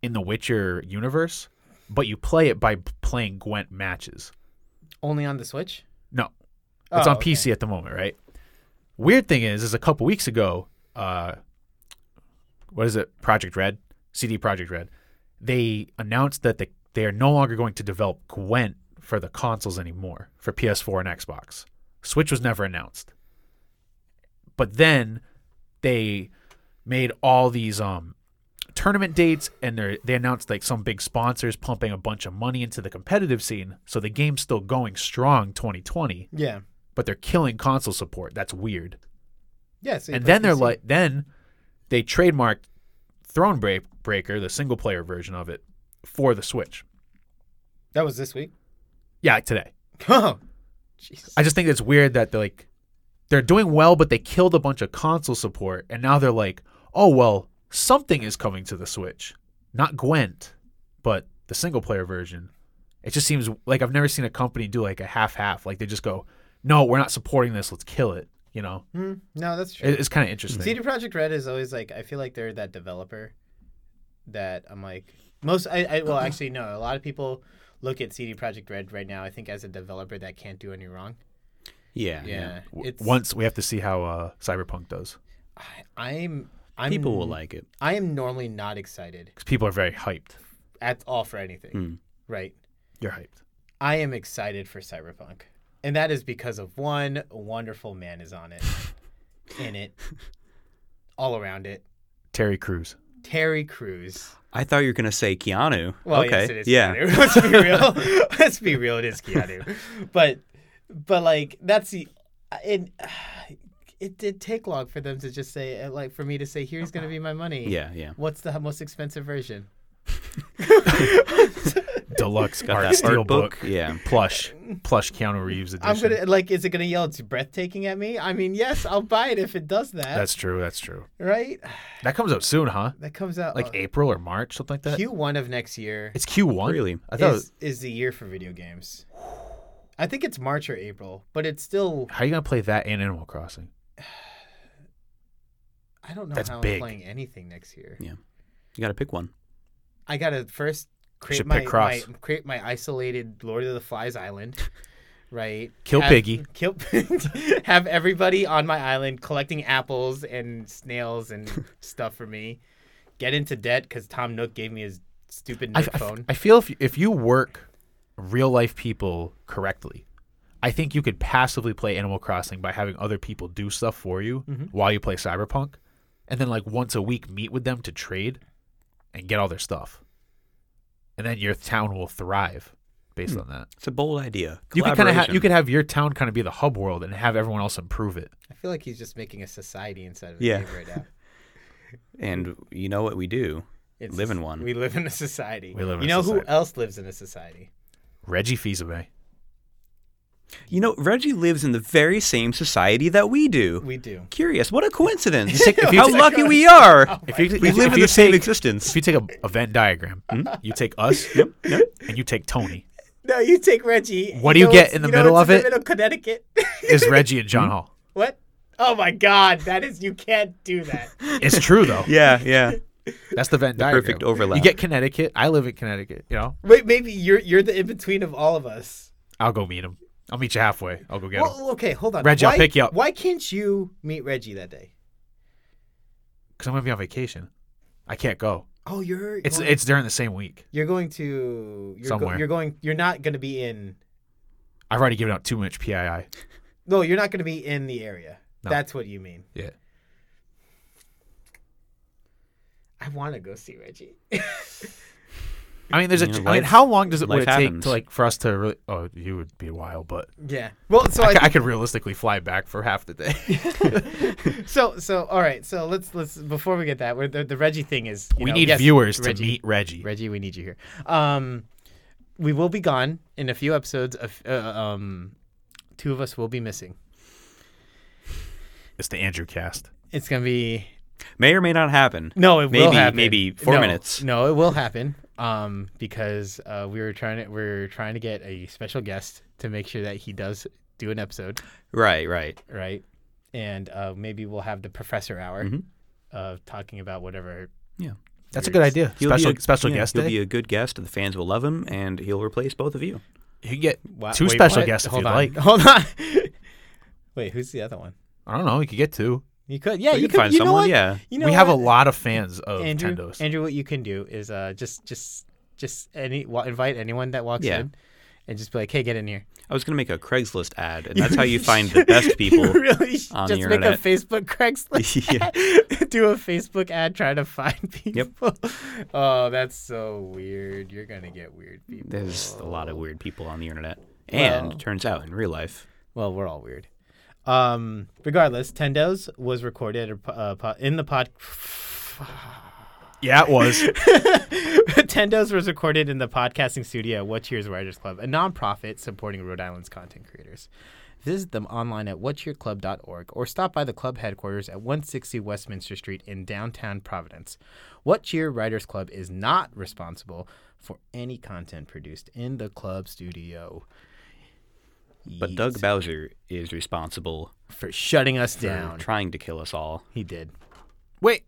[SPEAKER 3] in the Witcher universe, but you play it by playing Gwent matches.
[SPEAKER 1] Only on the Switch.
[SPEAKER 3] No. It's
[SPEAKER 1] Oh,
[SPEAKER 3] on
[SPEAKER 1] okay.
[SPEAKER 3] PC at the moment, right? Weird thing is, is a couple weeks ago, uh, what is it? Project Red, CD Project Red. They announced that they, they are no longer going to develop Gwent for the consoles anymore, for PS4 and Xbox. Switch was never announced. But then they made all these um, tournament dates and they they announced like some big sponsors pumping a bunch of money into the competitive scene. So the game's still going strong 2020
[SPEAKER 1] Yeah.
[SPEAKER 3] but they're killing console support. That's weird.
[SPEAKER 1] Yes.
[SPEAKER 3] and then they're like, then they trademarked Throne Bra- Breaker, the single player version of it, for the Switch.
[SPEAKER 1] that was this week.
[SPEAKER 3] Yeah, today.
[SPEAKER 1] Oh, jeez.
[SPEAKER 3] I just think it's weird that they're like, they're doing well, but they killed a bunch of console support, and now they're like, oh well, something is coming to the Switch, not Gwent, but the single player version. It just seems like I've never seen a company do like a half half. Like they just go, no, we're not supporting this. Let's kill it. You know,
[SPEAKER 1] Hmm. no, that's true.
[SPEAKER 3] It- it's kind of interesting.
[SPEAKER 1] CD Project Red is always like I feel like they're that developer that I'm like most I, I well actually no a lot of people look at CD Project Red right now I think as a developer that can't do any wrong.
[SPEAKER 2] Yeah.
[SPEAKER 1] Yeah,
[SPEAKER 3] W-
[SPEAKER 1] it's
[SPEAKER 3] once we have to see how uh, Cyberpunk does
[SPEAKER 1] I, I'm I'm
[SPEAKER 2] People will like it.
[SPEAKER 1] I am normally not excited
[SPEAKER 3] because people are very hyped.
[SPEAKER 1] at all for anything.
[SPEAKER 2] Hmm.
[SPEAKER 1] Right.
[SPEAKER 3] You're hyped.
[SPEAKER 1] I am excited for Cyberpunk. And that is because of one wonderful man is on it. in it. All around it.
[SPEAKER 3] Terry Crews.
[SPEAKER 1] Terry Crews.
[SPEAKER 2] I thought you were gonna say Keanu.
[SPEAKER 1] Well,
[SPEAKER 2] okay.
[SPEAKER 1] yes, it is
[SPEAKER 2] yeah.
[SPEAKER 1] Keanu. Let's be real. Let's be real. It is Keanu. But, but like that's the, it, it did take long for them to just say uh, like for me to say here's gonna be my money.
[SPEAKER 2] Yeah. Yeah.
[SPEAKER 1] What's the most expensive version?
[SPEAKER 3] Deluxe
[SPEAKER 2] Got
[SPEAKER 3] art
[SPEAKER 2] that art
[SPEAKER 3] steelbook.
[SPEAKER 2] book. Yeah.
[SPEAKER 3] Plush. Plush Keanu Reeves edition.
[SPEAKER 1] I'm gonna like, is it gonna yell it's breathtaking at me? I mean, yes, I'll buy it if it does that.
[SPEAKER 3] That's true. That's true.
[SPEAKER 1] right.
[SPEAKER 3] That comes out soon, huh?
[SPEAKER 1] That comes out
[SPEAKER 3] Like April or March, something like that.
[SPEAKER 1] Q1 of next year.
[SPEAKER 3] it's Q1.
[SPEAKER 2] Really?
[SPEAKER 3] I thought.
[SPEAKER 1] Is, is the year for video games. I think it's March or April, but it's still
[SPEAKER 3] how are you gonna play that and Animal Crossing?
[SPEAKER 1] I don't know
[SPEAKER 3] That's
[SPEAKER 1] how
[SPEAKER 3] big.
[SPEAKER 1] I'm playing anything next year.
[SPEAKER 2] You gotta pick one.
[SPEAKER 1] I gotta first create
[SPEAKER 3] should
[SPEAKER 1] my,
[SPEAKER 3] pick Cross.
[SPEAKER 1] my create my isolated Lord of the Flies island, right?
[SPEAKER 3] Kill
[SPEAKER 1] Have-
[SPEAKER 3] Piggy.
[SPEAKER 1] Kill have everybody on my island collecting apples and snails and stuff for me. Get into debt because Tom Nook gave me his stupid
[SPEAKER 3] I,
[SPEAKER 1] Nook
[SPEAKER 3] I-
[SPEAKER 1] phone.
[SPEAKER 3] I feel if if you work real life people correctly, I think you could passively play Animal Crossing by having other people do stuff for you while you play Cyberpunk, and then like once a week meet with them to trade and get all their stuff, and then your town will thrive based on that.
[SPEAKER 2] It's a bold idea.
[SPEAKER 3] You could kind of ha-
[SPEAKER 2] Collaboration.
[SPEAKER 3] you could have your town kind of be the hub world and have everyone else improve it.
[SPEAKER 1] I feel like he's just making a society inside of a
[SPEAKER 2] Yeah.
[SPEAKER 1] game right now.
[SPEAKER 2] And you know what we do?
[SPEAKER 1] It's
[SPEAKER 2] Live in
[SPEAKER 1] just-
[SPEAKER 2] one.
[SPEAKER 1] We live in a society.
[SPEAKER 3] We live in
[SPEAKER 1] you
[SPEAKER 3] a
[SPEAKER 1] know who
[SPEAKER 3] society.
[SPEAKER 1] else lives in a society?
[SPEAKER 3] Reggie Fils-Aimé.
[SPEAKER 2] You know, Reggie lives in the very same society that we do.
[SPEAKER 1] We do.
[SPEAKER 2] Curious. What a coincidence.
[SPEAKER 3] take- if you
[SPEAKER 2] How
[SPEAKER 3] take-
[SPEAKER 2] lucky we are.
[SPEAKER 3] If you,
[SPEAKER 2] we
[SPEAKER 3] if-
[SPEAKER 2] live
[SPEAKER 3] if
[SPEAKER 2] in
[SPEAKER 3] you
[SPEAKER 2] the same
[SPEAKER 3] take- If
[SPEAKER 2] existence.
[SPEAKER 3] you take a, a Venn diagram, you take us, and you take Tony.
[SPEAKER 1] No, you take Reggie.
[SPEAKER 3] What do you
[SPEAKER 1] know
[SPEAKER 3] get
[SPEAKER 1] what's-
[SPEAKER 3] in the
[SPEAKER 1] you know
[SPEAKER 3] middle
[SPEAKER 1] what's
[SPEAKER 3] of
[SPEAKER 1] in
[SPEAKER 3] it?
[SPEAKER 1] The middle Connecticut.
[SPEAKER 3] Is Reggie and John Hall?
[SPEAKER 1] What? Oh my God! That is you can't do that.
[SPEAKER 3] It's true though.
[SPEAKER 2] Yeah, yeah.
[SPEAKER 3] That's the Venn diagram.
[SPEAKER 2] perfect overlap.
[SPEAKER 3] You get Connecticut. I live in Connecticut. You know,
[SPEAKER 1] Wait, maybe you're you're the in between of all of us.
[SPEAKER 3] I'll go meet him. I'll meet you halfway. I'll go get him
[SPEAKER 1] Well, okay, hold on.
[SPEAKER 3] Reggie, I'll
[SPEAKER 1] Why-
[SPEAKER 3] pick you up.
[SPEAKER 1] Why can't you meet Reggie that day?
[SPEAKER 3] because I'm gonna be on vacation. I can't go.
[SPEAKER 1] Oh, you're
[SPEAKER 3] It's
[SPEAKER 1] going,
[SPEAKER 3] it's during the same week.
[SPEAKER 1] you're going to you're go-
[SPEAKER 3] Somewhere.
[SPEAKER 1] you're going. You're not going to be in.
[SPEAKER 3] I've already given out too much PII.
[SPEAKER 1] No, you're not going to be in the area.
[SPEAKER 3] No.
[SPEAKER 1] That's what you mean.
[SPEAKER 3] Yeah.
[SPEAKER 1] I want to go see Reggie.
[SPEAKER 3] I mean, there's a.
[SPEAKER 2] You
[SPEAKER 3] ch-
[SPEAKER 2] know,
[SPEAKER 3] I mean,
[SPEAKER 2] life-
[SPEAKER 3] how long does it would
[SPEAKER 2] life
[SPEAKER 3] it take
[SPEAKER 2] happens.
[SPEAKER 3] to like for us to really? Oh, you would be a while, but
[SPEAKER 1] yeah. Well, so
[SPEAKER 3] I,
[SPEAKER 1] I,
[SPEAKER 3] c- I could realistically fly back for half the day.
[SPEAKER 1] so so all right. So let's let's before we get that, we're, the, the Reggie thing is you
[SPEAKER 3] we
[SPEAKER 1] know,
[SPEAKER 3] need
[SPEAKER 1] yes,
[SPEAKER 3] viewers
[SPEAKER 1] Reggie,
[SPEAKER 3] to meet Reggie.
[SPEAKER 1] Reggie, we need you here. Um, we will be gone in a few episodes. Of, uh, um, two of us will be missing.
[SPEAKER 3] It's the Andrew cast.
[SPEAKER 1] It's gonna be
[SPEAKER 2] May or may not happen.
[SPEAKER 1] No, it
[SPEAKER 2] maybe,
[SPEAKER 1] will happen.
[SPEAKER 2] Maybe four
[SPEAKER 1] No,
[SPEAKER 2] minutes.
[SPEAKER 1] No, it will happen. Um, because uh, we were trying to we are trying to get a special guest to make sure that he does do an episode,
[SPEAKER 2] Right, right.
[SPEAKER 1] right? And uh, maybe we'll have the professor hour of talking about whatever.
[SPEAKER 2] Yeah.
[SPEAKER 3] That's a good idea.
[SPEAKER 2] He'll be
[SPEAKER 3] special
[SPEAKER 2] a-
[SPEAKER 3] special
[SPEAKER 2] yeah,
[SPEAKER 3] guest
[SPEAKER 2] He'll
[SPEAKER 3] day.
[SPEAKER 2] be a good guest, and the fans will love him, and he'll replace both of you.
[SPEAKER 3] you can get
[SPEAKER 1] Wow,
[SPEAKER 3] two
[SPEAKER 1] wait,
[SPEAKER 3] special
[SPEAKER 1] what?
[SPEAKER 3] guests if
[SPEAKER 1] Hold
[SPEAKER 3] you'd
[SPEAKER 1] on.
[SPEAKER 3] like.
[SPEAKER 1] Hold on. wait, who's the other one?
[SPEAKER 3] I don't know. You could get two.
[SPEAKER 1] You could, yeah,
[SPEAKER 2] We
[SPEAKER 1] you
[SPEAKER 2] can
[SPEAKER 1] could
[SPEAKER 2] find
[SPEAKER 1] you know
[SPEAKER 2] someone,
[SPEAKER 1] what?
[SPEAKER 2] yeah.
[SPEAKER 1] you know
[SPEAKER 3] we have a
[SPEAKER 1] what?
[SPEAKER 3] lot of fans of
[SPEAKER 1] Andrew,
[SPEAKER 3] Tendos.
[SPEAKER 1] Andrew, what you can do is uh, just just just any wa- invite anyone that walks
[SPEAKER 2] Yeah.
[SPEAKER 1] in, and just be like, hey, get in here.
[SPEAKER 2] I was going to make a Craigslist ad, and that's how you find the best people.
[SPEAKER 1] You really should
[SPEAKER 2] on the
[SPEAKER 1] just make a
[SPEAKER 2] internet.
[SPEAKER 1] Facebook Craigslist.
[SPEAKER 2] Yeah.
[SPEAKER 1] ad. Do a Facebook ad trying to find people. Oh, that's so weird. You're gonna get weird people.
[SPEAKER 2] There's a lot of weird people on the internet, and
[SPEAKER 1] Well.
[SPEAKER 2] turns out in real life.
[SPEAKER 1] Well, we're all weird. Um, regardless, Tendos was recorded at a po- uh, po- in the pod.
[SPEAKER 3] Yeah, it was.
[SPEAKER 1] Tendos was recorded in the podcasting studio at What's Yours Writers Club, a nonprofit supporting Rhode Island's content creators. Visit them online at whatsyourclub.org or stop by the club headquarters at 160 Westminster Street in downtown Providence. What's Your Writers Club is not responsible for any content produced in the club studio.
[SPEAKER 2] But
[SPEAKER 1] Yeet.
[SPEAKER 2] Doug Bowser is responsible
[SPEAKER 1] for shutting us
[SPEAKER 2] for
[SPEAKER 1] down,
[SPEAKER 2] trying to kill us all.
[SPEAKER 1] he did.
[SPEAKER 3] Wait.